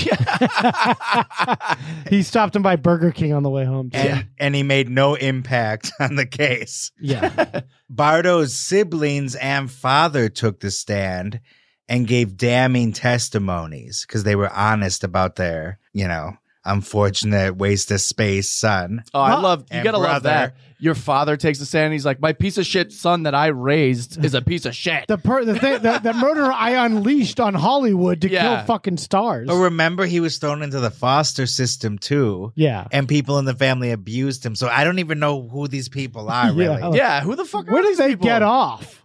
he stopped him by Burger King on the way home. too. and, and he made no impact on the case. Yeah. Bardo's siblings and father took the stand and gave damning testimonies because they were honest about their, you know, unfortunate waste of space son. Oh, I love you. and Gotta love brother. that. Your father takes the stand. And he's like, my piece of shit son that I raised is a piece of shit. The per- the thing the, the murderer I unleashed on Hollywood to Yeah. kill fucking stars. But remember, he was thrown into the foster system too. Yeah. And people in the family abused him. So I don't even know who these people are, really. Yeah, who the fuck? Where did they get off?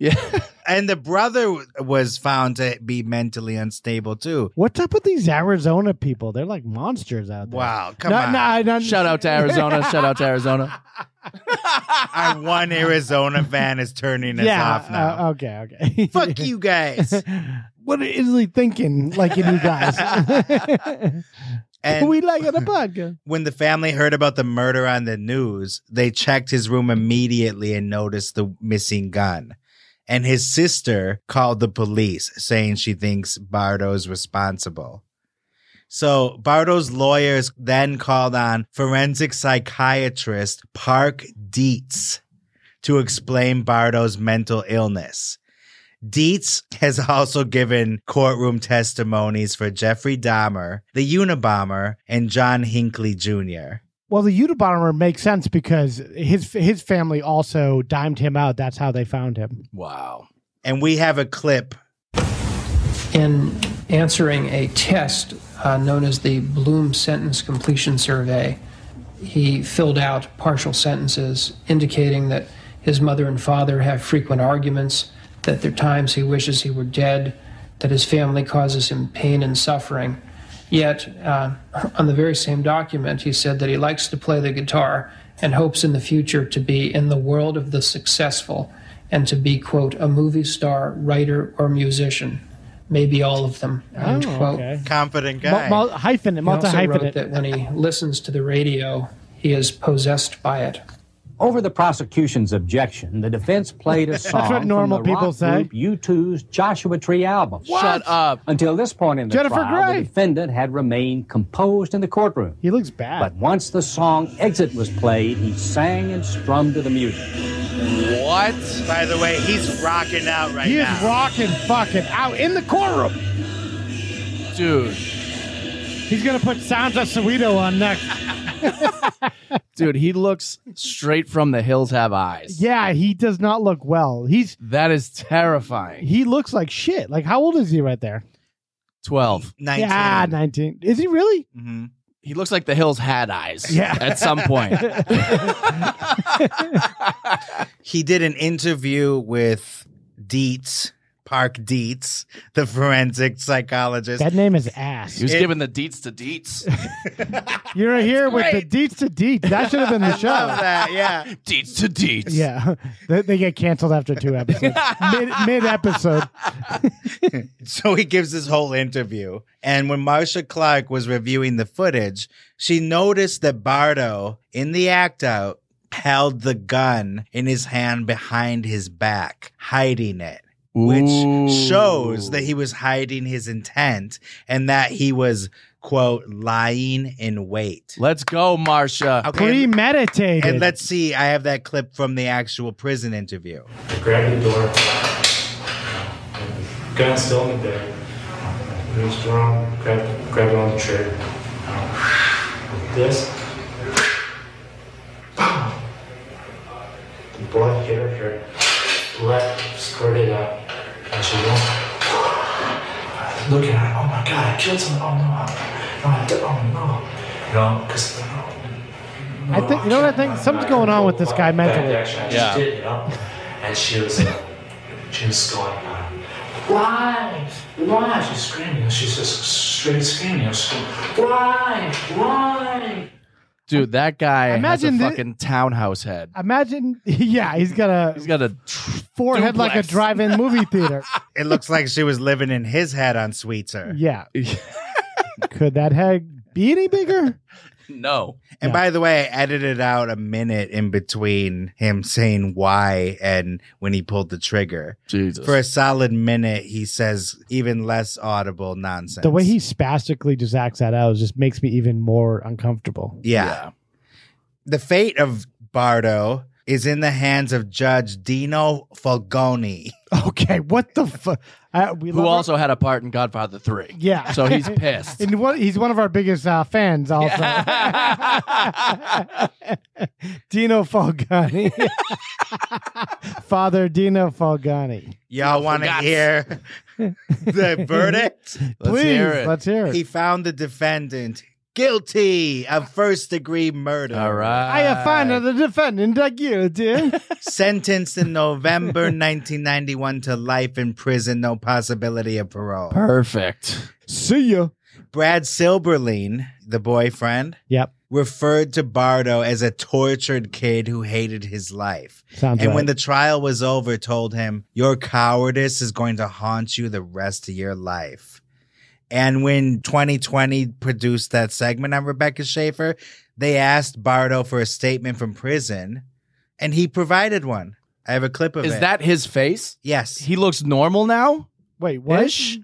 And the brother w- was found to be mentally unstable too. What's up with these Arizona people? They're like monsters out there. Wow, come No, on. no, I don't- Shout out to Arizona. Shout out to Arizona. Our one Arizona fan is turning us yeah. off now. uh, okay. Okay. Fuck you guys. what is he thinking? Like in you guys. And- we like it a podcast. When the family heard about the murder on the news, they checked his room immediately and noticed the missing gun. And his sister called the police, saying she thinks Bardo's responsible. So Bardo's lawyers then called on forensic psychiatrist Park Dietz to explain Bardo's mental illness. Dietz has also given courtroom testimonies for Jeffrey Dahmer, the Unabomber, and John Hinckley Jr. Well, the Unabomber makes sense because his his family also dimed him out. That's how they found him. Wow. And we have a clip. in answering a test uh, known as the Bloom Sentence Completion Survey, he filled out partial sentences indicating that his mother and father have frequent arguments, that there are times he wishes he were dead, that his family causes him pain and suffering. Yet, uh, on the very same document, he said that he likes to play the guitar and hopes in the future to be in the world of the successful and to be, quote, a movie star, writer, or musician. Maybe all of them. End Oh, quote. okay. Confident Mul- mul- hyphen it, He also multi hyphen wrote it. that when he listens to the radio, he is possessed by it. Over the prosecution's objection, the defense played a That's song what normal from the people rock say. group U2's Joshua Tree album. What? Shut up. Until this point in the Jennifer trial, Grey. the defendant had remained composed in the courtroom. He looks bad. But once the song Exit was played, he sang and strummed to the music. What? By the way, he's rocking out right he now. is rocking fucking out in the courtroom. Dude. He's gonna put Sounds of Cerrito on next. Dude, he looks straight from the hills have eyes. Yeah, he does not look well. He's That is terrifying. he looks like shit. Like how old is he right there? 12. 19. Yeah, nineteen. Is he really? Mm-hmm. He looks like the hills had eyes Yeah. at some point. he did an interview with Dietz, Park Dietz, the forensic psychologist. That name is ass. He was It- giving the deets to deets. You're here with the deets to deets. That should have been the show. that, yeah. deets to deets. Yeah, they, they get canceled after two episodes. mid mid episode, So he gives this whole interview. And when Marsha Clark was reviewing the footage, she noticed that Bardo, in the act out, held the gun in his hand behind his back, hiding it. Which shows that he was hiding his intent and that he was, quote, lying in wait. Let's go, Marsha. premeditated. And let's see, I have that clip from the actual prison interview. grabbed the door. Gun still in there. Reached around, grabbed, grabbed on the trigger. This. The blood hit her here. Blood squirted out. And she went. Looking at, oh my god, I killed someone. Oh no, I- no, I did, oh no. No, because I think you know what I think. Something's going on with this guy mentally. Back action I just did, you know? And she was, uh, she was going, uh, why? Why? She's screaming. She's just straight screaming. She's going, why? Why? Dude, that guy Imagine has a thi- fucking townhouse head. Imagine, yeah, he's got a He's got a forehead like a duplex. drive-in movie theater. It looks like she was living in his head on Sweetser. Yeah, could that head be any bigger? no. And by the way, I edited out a minute in between him saying why and when he pulled the trigger. Jesus. For a solid minute, he says even less audible nonsense. The way he spastically just acts that out just makes me even more uncomfortable. Yeah. The fate of Bardo is in the hands of Judge Dino Falcone. Okay, what the fuck? Who also had a part in Godfather 3. Yeah. So he's pissed. and one, he's one of our biggest uh, fans, also. Dino Falcone. Father Dino Falcone. Y'all want to hear the verdict? Please, let's hear it. He found the defendant guilty of first degree murder. All right. I have found the defendant guilty. Sentenced in November 1991 to life in prison, no possibility of parole. Perfect. See ya. Brad Silberlein, the boyfriend, Yep. referred to Bardo as a tortured kid who hated his life. Sounds and right. when the trial was over, told him, Your cowardice is going to haunt you the rest of your life. And when 2020 produced that segment on Rebecca Schaefer, they asked Bardo for a statement from prison, and he provided one. I have a clip of it. Is that his face? Yes. He looks normal now? Wait, what? Ish?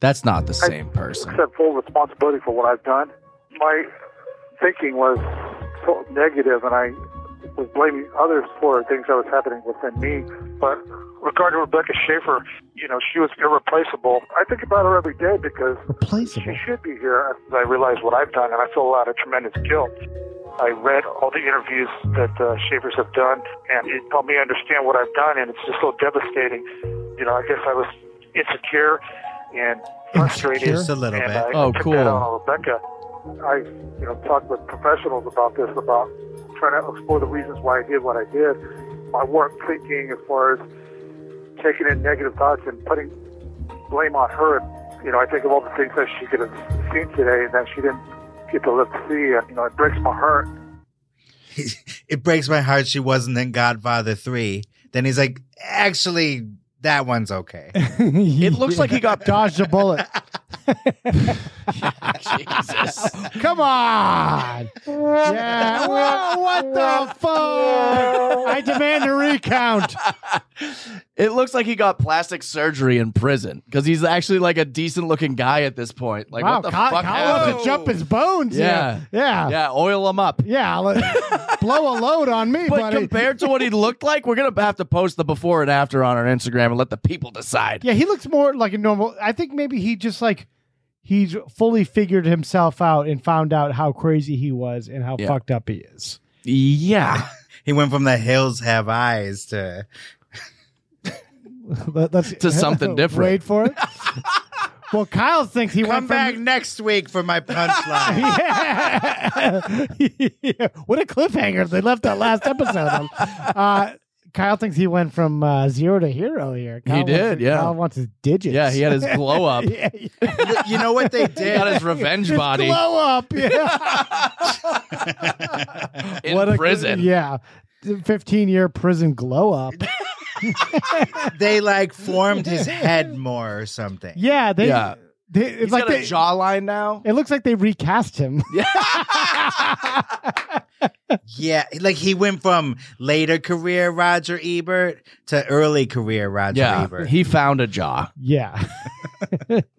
That's not the same person. accept full responsibility for what I've done. My thinking was so negative, and I was blaming others for things that was happening within me. But regarding Rebecca Schaefer, you know, she was irreplaceable. I think about her every day because Replaceable. she should be here. And I realize what I've done, and I feel a lot of tremendous guilt. I read all the interviews that uh, Shavers have done, and it helped me understand what I've done, and it's just so devastating. You know, I guess I was insecure and frustrated. Just a little and bit. I Oh, took cool. that out on Rebecca. I, you know, talked with professionals about this, about trying to explore the reasons why I did what I did. My work thinking as far as taking in negative thoughts and putting blame on her. You know, I think of all the things that she could have seen today that she didn't get to live to see. And, you know, it breaks my heart. it breaks my heart she wasn't in Godfather 3. Then he's like, actually, that one's okay. it looks like he got- dodged a bullet. Jesus. Come on. Yeah. Well, what the fuck? I demand a recount. It looks like he got plastic surgery in prison because he's actually like a decent looking guy at this point. Like, wow, what the Kyle, fuck Kyle wants happened? to jump his bones. Yeah. here. Yeah. Yeah. Yeah, oil him up. let- blow a load on me, But buddy. compared to what he looked like, we're gonna have to post the before and after on our Instagram and let the people decide. yeah, he looks more like a normal. I think maybe he just like he's fully figured himself out and found out how crazy he was and how Yeah. fucked up he is. Yeah. he went from the hills have eyes to Let, let's To something different. Wait for it. well, Kyle thinks he come went from- back next week for my punchline. yeah. What a cliffhanger they left that last episode on. Uh, Kyle thinks he went from uh, zero to hero here. Kyle wants- did, yeah. Kyle wants his digits. Yeah, he had his glow up. Yeah, yeah. you know what they He did? got his revenge His body glow up. Yeah. in What a- prison. yeah. 15 year prison glow up. They like formed his head more or something. Yeah. They, Yeah. they- it's He's like got they, a jawline now. it looks like they recast him. Yeah, like he went from later career Roger Ebert to early career Roger Yeah, Ebert. he found a jaw. yeah.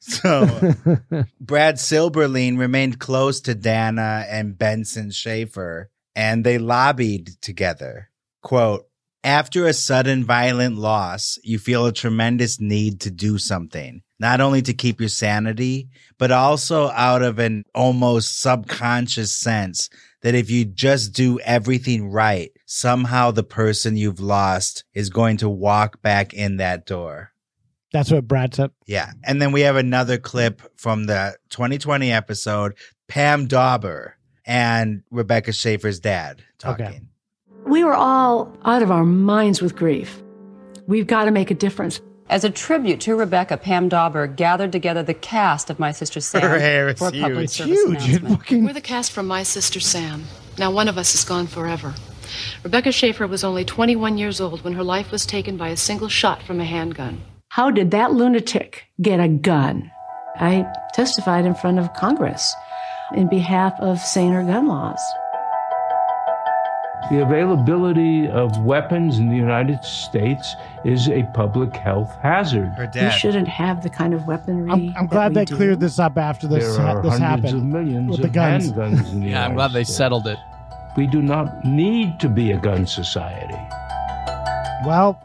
So Brad Silberlein remained close to Dana and Benson Schaefer, and they lobbied together. Quote After a sudden violent loss, you feel a tremendous need to do something, not only to keep your sanity, but also out of an almost subconscious sense that if you just do everything right, somehow the person you've lost is going to walk back in that door. That's what Brad said. Yeah. And then we have another clip from the 2020 episode Pam Dauber and Rebecca Schaefer's dad talking. Okay. We were all out of our minds with grief. We've got to make a difference. As a tribute to Rebecca, Pam Dauber gathered together the cast of My Sister Sam Her hair is for a public huge. service Huge. announcement. Fucking We're the cast from My Sister Sam. Now, one of us is gone forever. Rebecca Schaefer was only 21 years old when her life was taken by a single shot from a handgun. How did that lunatic get a gun? I testified in front of Congress. in behalf of saner gun laws. The availability of weapons in the United States is a public health hazard. We shouldn't have the kind of weaponry. I'm, I'm glad we they do. cleared this up after this there are this hundreds happened of millions with of the guns. handguns in the Yeah, I'm United glad they States. settled it. We do not need to be a gun society. Well,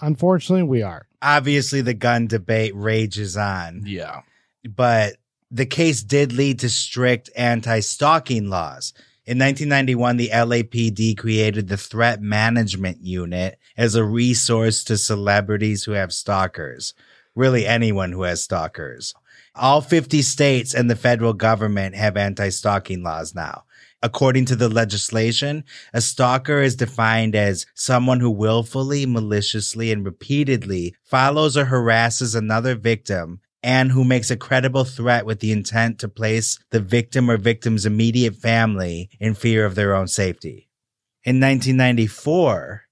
unfortunately, we are. Obviously, the gun debate rages on. Yeah. But the case did lead to strict anti stalking laws. In 1991, the LAPD created the Threat Management Unit as a resource to celebrities who have stalkers, really, anyone who has stalkers. All 50 states and the federal government have anti stalking laws now. According to the legislation, a stalker is defined as someone who willfully, maliciously, and repeatedly follows or harasses another victim and who makes a credible threat with the intent to place the victim or victim's immediate family in fear of their own safety. In 1994,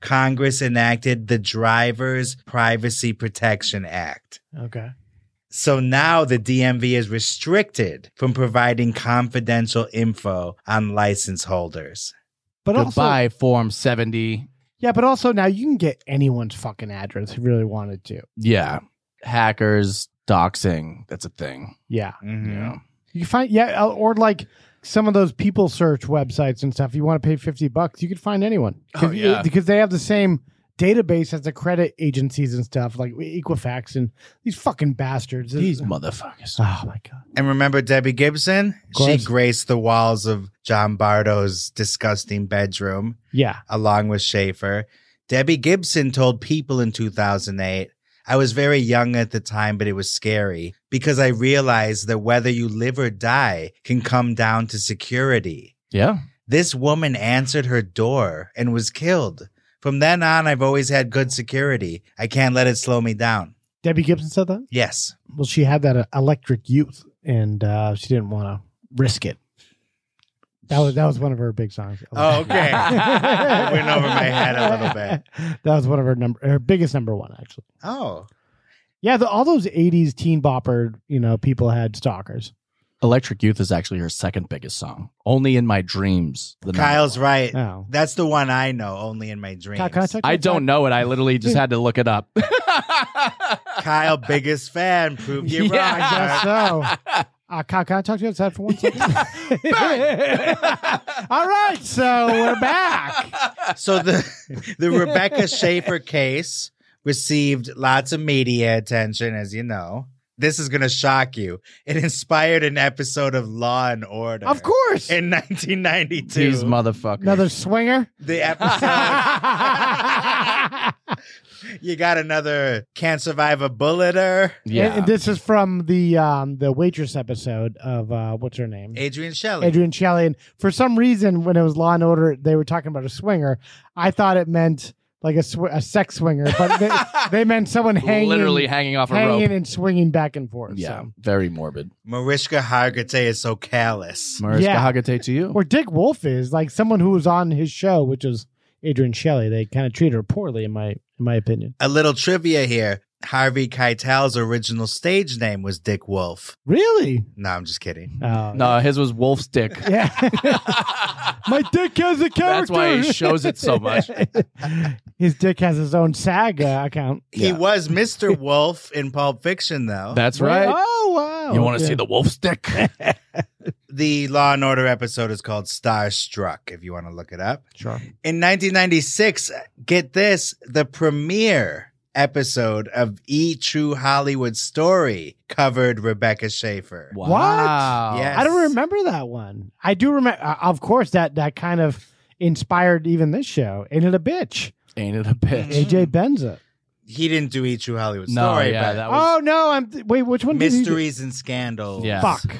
Congress enacted the Driver's Privacy Protection Act. Okay. So now the DMV is restricted from providing confidential info on license holders. But also- Goodbye, Form 70. Yeah, but also now you can get anyone's fucking address if you really wanted to. Yeah. Hackers, doxing. That's a thing. Yeah. Yeah. You can find yeah, uh, or like some of those people search websites and stuff. You want to pay fifty bucks, you could find anyone. Oh, yeah. because they have the same database as the credit agencies and stuff, like Equifax and these fucking bastards. These motherfuckers. Oh my god. And remember Debbie Gibson? She course. graced the walls of John Bardo's disgusting bedroom. Yeah. along with Schaefer. Debbie Gibson told People in 2008, I was very young at the time, but it was scary because I realized that whether you live or die can come down to security. Yeah. This woman answered her door and was killed. From then on, I've always had good security. I can't let it slow me down. Debbie Gibson said that? Yes. Well, she had that uh, electric youth and uh, she didn't want to risk it. That was that was one of her big songs. Oh, okay. It went over my head a little bit. That was one of her number her biggest number one actually. Oh. Yeah, the, all those '80s teen bopper, you know, people had stalkers. Electric Youth is actually her second biggest song. Only in my dreams. The number Kyle's right. Oh. That's the one I know, only in my dreams. Kyle, can I talk I don't know it. I literally just had to look it up. Kyle, biggest fan, proved you Yeah. wrong. sir. I guess so. Uh, Kyle, can I talk to you outside for one second? All right, so we're back. so the the Rebecca Schaefer case received lots of media attention, as you know. This is going to shock you. It inspired an episode of Law and Order. Of course. In 1992. These motherfuckers. Another swinger. the episode. you got another Can't Survive a Bulleter. yeah. And, and this is from the um, the waitress episode of uh, what's her name? Adrian Shelley. Adrian Shelley. And for some reason, when it was Law and Order, they were talking about a swinger. I thought it meant like a, sw- a sex swinger, but they, they meant someone hanging, Literally hanging off a hanging rope. and swinging back and forth. yeah. so. Very morbid. Mariska Hargitay is so callous. Mariska Yeah. Hargitay to you. Where Dick Wolf is like someone who was on his show, which was Adrian Shelley. They kind of treated her poorly, in my in my opinion. A little trivia here. Harvey Keitel's original stage name was Dick Wolf. Really? No, I'm just kidding. Oh, No, his was Wolf's dick. Yeah. my dick has a character. That's why he shows it so much. his dick has his own saga account. He was Mr. Wolf in Pulp Fiction, though. That's right. Oh wow! You want to Okay. see the wolf's dick? the Law and Order episode is called Starstruck, if you want to look it up. Sure. In 1996, get this the premiere episode of E True Hollywood Story covered Rebecca Schaefer. Wow. Yes. I don't remember that one. I do remember, uh, of course, that that kind of inspired even this show. Ain't it a bitch? Ain't it a bitch? AJ Benza. He didn't do E True Hollywood No, Story, yeah, but that was Oh no! I'm wait. Which one? did he do? Mysteries and Scandals. Yes. Fuck.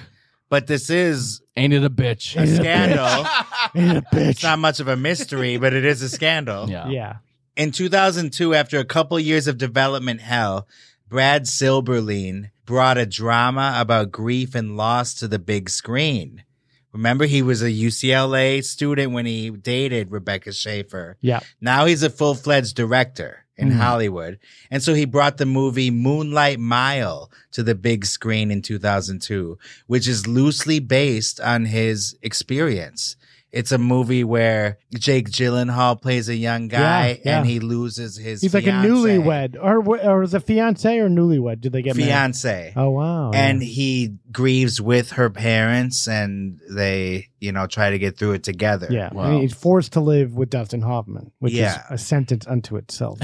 But this is Oh. Ain't it a bitch? a scandal. Ain't it a it's bitch? not much of a mystery, but it is a scandal. Yeah. Yeah. In 2002, after a couple years of development hell, Brad Silberlein brought a drama about grief and loss to the big screen. Remember, he was a UCLA student when he dated Rebecca Schaefer. Yeah. Now he's a full fledged director. in Mhm. Mm-hmm. Hollywood. And so he brought the movie Moonlight Mile to the big screen in 2002, which is loosely based on his experience. It's a movie where Jake Gyllenhaal plays a young guy Yeah, yeah. and he loses his He's like a fiancée. newlywed, or wh- or is it fiance or newlywed? Did they get fiance. married? Oh wow! and yeah. he grieves with her parents and they, you know, try to get through it together. yeah, I mean, he's forced to live with Dustin Hoffman, which Yeah. is a sentence unto itself.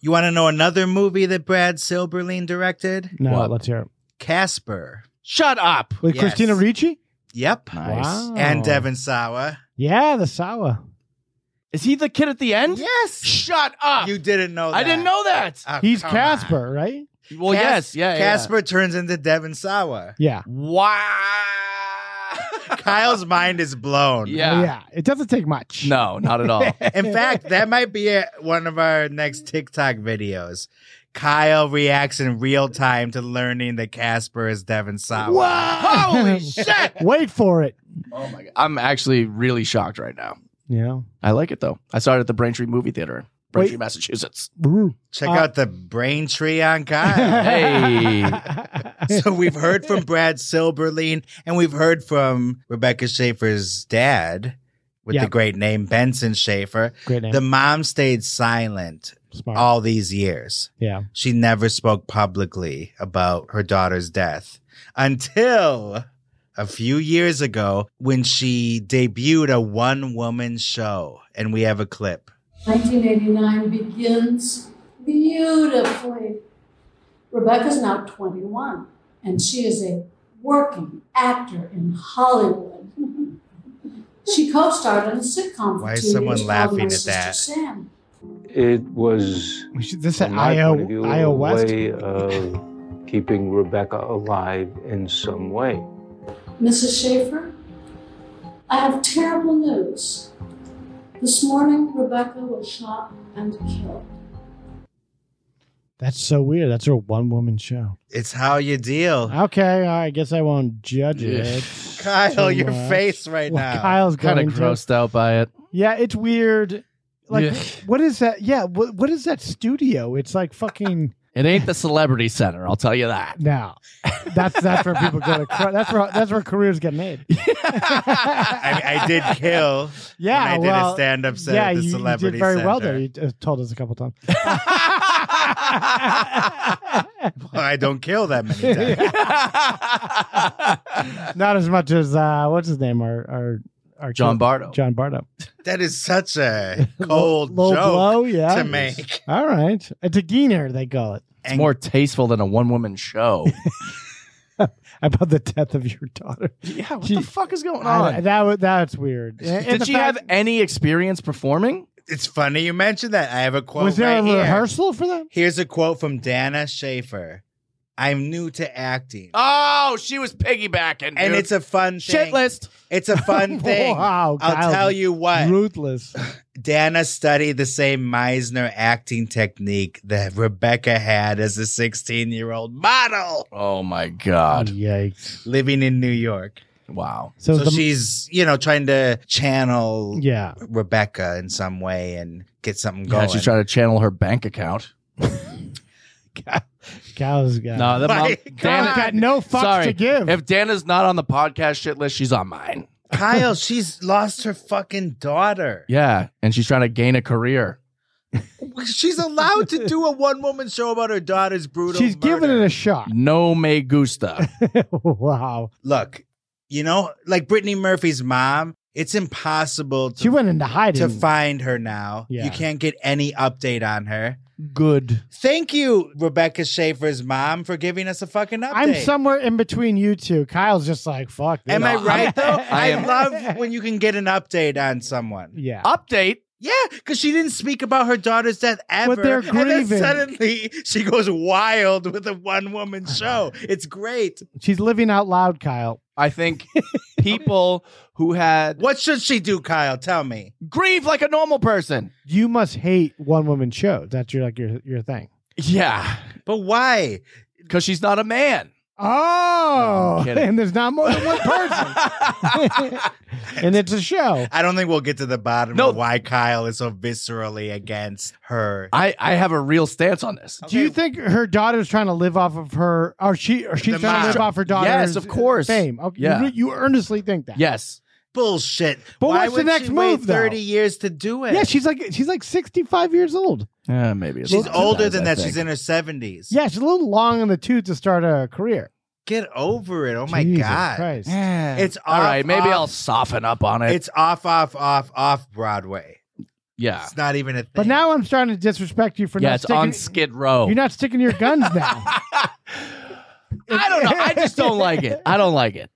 You want to know another movie that Brad Silberlein directed? No, let's hear it. Casper. Shut up. With Christina Ricci? Yep. Nice. Wow. Oh. And Devin Oh, Sawa. Yeah, the Sawa. Is he the kid at the end? Yes. Shut up. You didn't know that. I didn't know that. Uh, Oh, He's come Casper, right? on. Well, Cas- yes, yeah, yeah, yeah. Casper turns into Devin Sawa. Yeah. Wow. Kyle's mind is blown. Oh, yeah. It doesn't take much. No, not at all. In fact, that might be it, one of our next TikTok videos. Kyle reacts in real time to learning that Casper is Devin Sawa. Holy shit. Wait for it. Oh my god. I'm actually really shocked right now. Yeah. I like it though. I saw it at the Braintree Movie Theater, Braintree, Massachusetts. Check Uh, out the brain tree on Kyle. Hey. Ah, so we've heard from Brad Silberlein and we've heard from Rebecca Schaefer's dad with Yeah. the great name Benson Schaefer. Great name. The mom stayed silent all these years. Yeah. She never spoke publicly about her daughter's death until a few years ago when she debuted a one woman show. And we have a clip. 1989 begins beautifully. Rebecca's now 21, and she is a working actor in Hollywood. she co starred on a sitcom. for Why two is someone years called laughing My at Sister that? Sam. It was this from at my IO point of view, IO a West? way of keeping Rebecca alive in some way. Mrs. Schaefer, I have terrible news. This morning, Rebecca was shot and killed. That's so weird. That's her one woman show. It's how you deal. Okay, I guess I won't judge it. Kyle, Too your much. face right Well, now. Kyle's Kind of going to. grossed out by it. Yeah, it's weird. Like, Yeah. what is that? Yeah, what, what is that studio? It's like fucking. It ain't the Celebrity Center, I'll tell you that. No, that's that's where people go to. car- That's where that's where careers get made. I, I did kill. Yeah, when I did well, a stand-up set yeah, at the you, you celebrity did very well Center. there. You uh, told us a couple times. Well, I don't kill that many times. Not as much as uh, what's his name? Our our, our John kid- Bardo. John Bardo. that is such a cold Low joke blow, yeah. to make. All right, it's a geener they call it It's more tasteful than a one woman show. about the death of your daughter. yeah, what She- the fuck is going I- on? that wa- that's weird. And- and Did the she have fact- any experience performing? It's funny you mentioned that. I have a quote. Was there right a here. rehearsal for that? Here's a quote from Dana Schaefer. I'm new to acting. Oh, she was piggybacking. And dude. it's a fun thing. shit list. It's a fun thing. Wow, I'll Kyle, tell you what. Ruthless. Dana studied the same Meisner acting technique that Rebecca had as a 16 year old model Oh my god. Yikes. living in New York. Wow. So, So the- she's, you know, trying to channel Yeah. Rebecca in some way and get something Yeah, going. she's trying to channel her bank account. Cows got No, that mom, My Dana I've got no fucks Sorry, to give. if Dana's not on the podcast shit list, she's on mine. Kyle, she's lost her fucking daughter. Yeah, and she's trying to gain a career. She's allowed to do a one woman show about her daughter's brutal. She's murder. giving it a shot. No me gusta. wow. Look, you know, like Brittany Murphy's mom, it's impossible She to, went into hiding. to find her now. Yeah. You can't get any update on her. Good. Thank you, Rebecca Schaefer's mom, for giving us a fucking update. I'm somewhere in between you two. Kyle's just like, fuck this. Am I No, right though? I I, am- love when you can get an update on someone. yeah. Update. Yeah, because she didn't speak about her daughter's death ever. But they're And then grieving. suddenly she goes wild with a one woman show. It's great. She's living out loud, Kyle. I think people who had What should she do, Kyle? Tell me. grieve like a normal person. You must hate one woman shows. That's your like your your thing. Yeah, But why? because she's not a man. Oh, kidding. and there's not more than one person. and it's a show. I don't think we'll get to the bottom of why Kyle is so viscerally against her. I, I have a real stance on this. Do you think her daughter's trying to live off of her, or she, or she's The trying to mom. live off her daughter's Yes, of course. fame? Okay, Yeah. you, re- you earnestly think that. Yes. Bullshit. But Why what's the would next she move? Wait though? Thirty years to do it. Yeah, she's like she's like sixty five years old. Yeah, maybe it's she's not older guys, than I that. think. She's in her seventies. Yeah, she's a little long in the tooth to start a career. Get over it. Oh my Jesus god. Christ. It's off, all right. Maybe off- I'll soften up on it. It's off, off, off, off Broadway. yeah, It's not even a thing. But now I'm starting to disrespect you for yeah. not It's sticking. on Skid Row. You're not sticking to your guns now. I don't know. I just don't like it. I don't like it.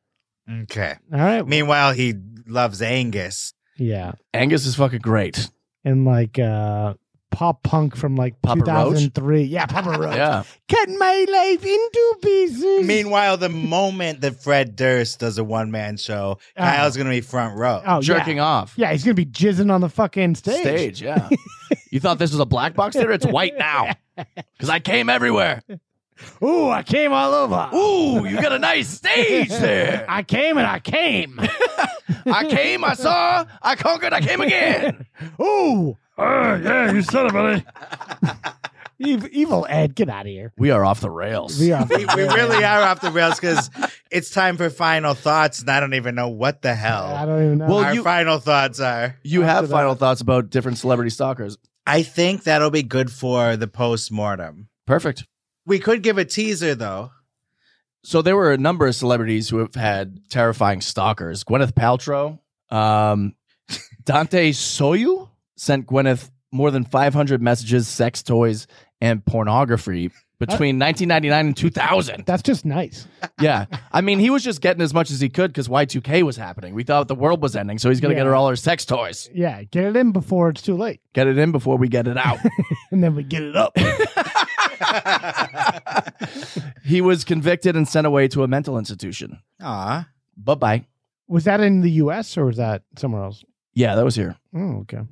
Okay. All right. Meanwhile, he loves Angus. Yeah. Angus is fucking great. And like uh pop punk from like Papa Roach? 2003. Yeah, Papa Roach. Yeah. Cut my life into pieces. Meanwhile, the moment that Fred Durst does a one man show, Kyle's going to be front row. Uh-huh. Oh, yeah. Yeah, he's gonna be jizzing on the fucking stage. Stage, yeah. you thought this was a black box theater? It's white now. Because I came everywhere. Ooh, I came all over. Ooh, you got a nice stage there. I came and I came. I came, I saw, I conquered, I came again. Ooh. Oh, yeah, you said it, buddy. Ev- evil Ed, get out of here. We are off the rails. We are- we, we really are off the rails because it's time for final thoughts, and I don't even know what the hell. I don't even know. Well, Our you- final thoughts are. You have final thoughts about different celebrity stalkers. I think that'll be good for the post mortem. Perfect. We could give a teaser though. So there were a number of celebrities who have had terrifying stalkers. Gwyneth Paltrow, um, Dante Soyu sent Gwyneth more than 500 messages, sex toys, and pornography between 1999 and 2000. That's just nice. yeah. I mean, he was just getting as much as he could because Y2K was happening. We thought the world was ending, so he's going to Yeah. get her all her sex toys. Yeah, get it in before it's too late. Get it in before we get it out. And then we get it up. he was convicted and sent away to a mental institution. Ah, Bye bye. was that in the US or was that somewhere else? Yeah, that was here. Oh, okay.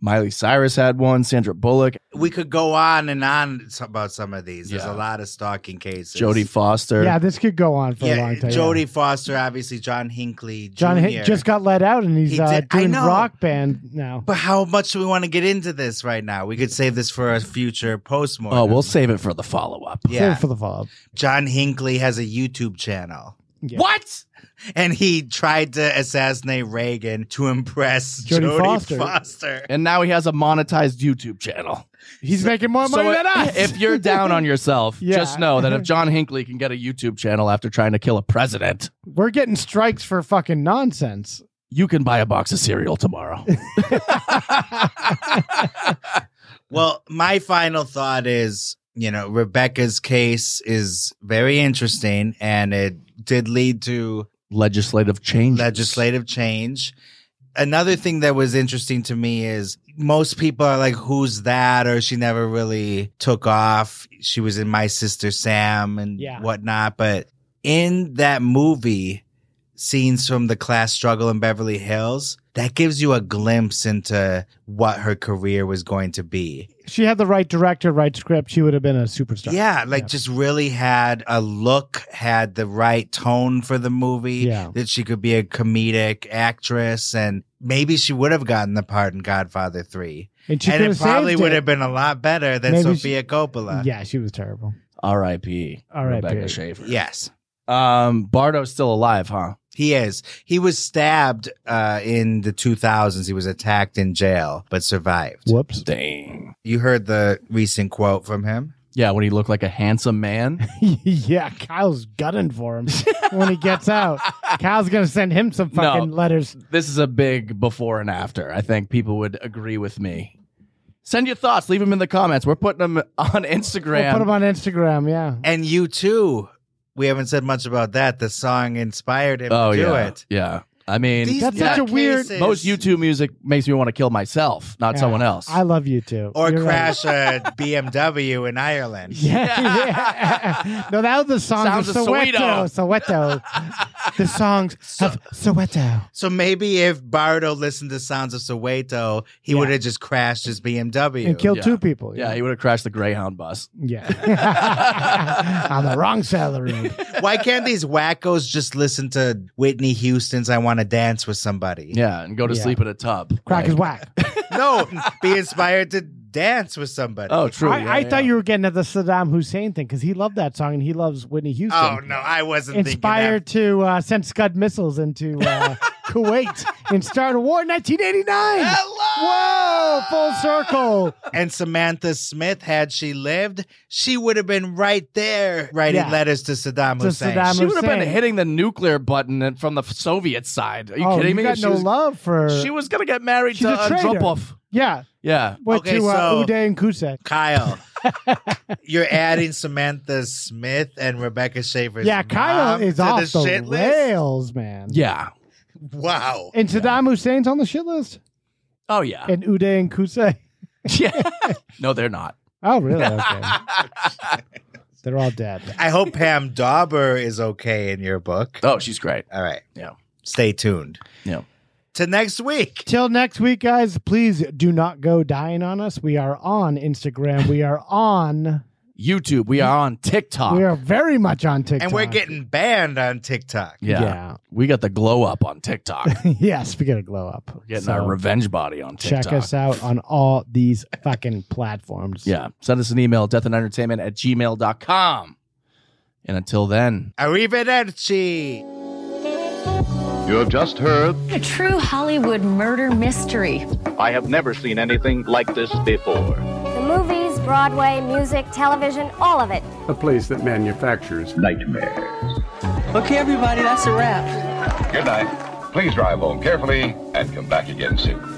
Miley Cyrus had one, Sandra Bullock, We could go on and on about some of these. There's a lot of stalking cases. Jodie Foster. Yeah, this could go on for a Yeah, long time. Jodie Foster, obviously John Hinckley. John Jr. Hick just got let out and he's He uh, did- I doing know. rock band now. But how much do we want to get into this right now? We could save this for a future post mortem. Oh, we'll save it for the follow up. yeah. for the follow up. John Hinckley has a YouTube channel. What? And he tried to assassinate Reagan to impress Jodie Jodie Foster. Foster. And now he has a monetized YouTube channel. He's making more money i- than us. if you're down on yourself, Oh, Yeah. just know that if John Hinckley can get a YouTube channel after trying to kill a president, We're getting strikes for fucking nonsense. you can buy a box of cereal tomorrow. Well, my final thought is, you know, Rebecca's case is very interesting and it did lead to Legislative change. legislative change. Another thing that was interesting to me is most people are like, who's that? Or she never really took off. She was in My Sister Sam and Yeah. whatnot. But in that movie, scenes from the class struggle in Beverly Hills, that gives you a glimpse into what her career was going to be. She had the right director, right script. She would have been a superstar. Yeah, like just really had a look, had the right tone for the movie. Yeah. That she could be a comedic actress and maybe she would have gotten the part in Godfather 3. And she could it have probably saved would it. have been a lot better than Maybe she- Sophia Coppola. Yeah, she was terrible. R.I.P. R.I.P.. Rebecca Schaefer. Yes. Um, Bardo's still alive, huh? He is. He was stabbed uh, in the 2000s. He was attacked in jail, but survived. Whoops. Dang. You heard the recent quote from him? Yeah, when he looked like a handsome man. yeah, Kyle's gunning for him when he gets out. Kyle's gonna send him some No. fucking letters. this is a big before and after. I think people would agree with me. Send your thoughts. Leave them in the comments. We're putting them on Instagram. We'll put him on Instagram. Yeah. And you too. We haven't said much about that. The song inspired him oh to do yeah, it. yeah. I mean, These That's such a nutcases. weird- most YouTube music makes me want to kill myself, not Yeah. someone else. I love you too. or You're right. crash a BMW in Ireland. Yeah, yeah. No, that was the songs Sounds of of Soweto. Soweto. the songs of Soweto. So maybe if Bardo listened to Sounds of Soweto, he would have just crashed his BMW And killed Yeah. two people. yeah, he would have crashed the Greyhound bus. Yeah. On the wrong side of the road. Why can't these wackos just listen to Whitney Houston's "I Want want to dance with somebody. Yeah, and go to Yeah. sleep in a tub. Crack is whack. no, be inspired to dance with somebody. Oh, I, I thought you were getting at the Saddam Hussein thing because he loved that song and he loves Whitney Houston. Oh no, I wasn't Inspired to uh, send Scud missiles into uh, Kuwait and start a war in 1989. Whoa, full circle. thinking that. And Samantha Smith, had she lived, she would have been right there writing Yeah. letters to Saddam Hussein. she would have been hitting the nuclear button and- from the Soviet side. Are you Oh, kidding you me? got She no was- Love for. She was gonna get married She's to a uh, traitor. Andropov. Yeah. Yeah. Went Okay, to uh, so- Uday and Kusek. Kyle, you're adding Samantha Smith and Rebecca Schaefer. Yeah, Kyle is to off the, the, shit list. rails, man. Yeah. Wow. And Saddam Hussein's on the shit list. Oh yeah. And Uday and Kusek. yeah. No, they're not. Oh, really? Okay. They're all dead. I hope Pam Dauber is okay in your book. Oh, she's great. All right. Yeah. Stay tuned. Yeah. To next week. Till next week, guys. Please do not go dying on us. We are on Instagram. We are on. YouTube. We are on TikTok. We are very much on TikTok. And we're getting banned on TikTok. yeah. Yeah. We got the glow up on TikTok. yes, we got to glow up. We're Getting our revenge body on TikTok. Check us out on all these fucking platforms. Yeah. Send us an email, deathandentertainment at gmail.com. And until then, Arrivederci. You have just heard. A true Hollywood murder mystery. I have never seen anything like this before. The movies, Broadway, music, television, all of it. A place that manufactures nightmares. Okay, everybody, that's a wrap. Good night. Please drive home carefully and come back again soon.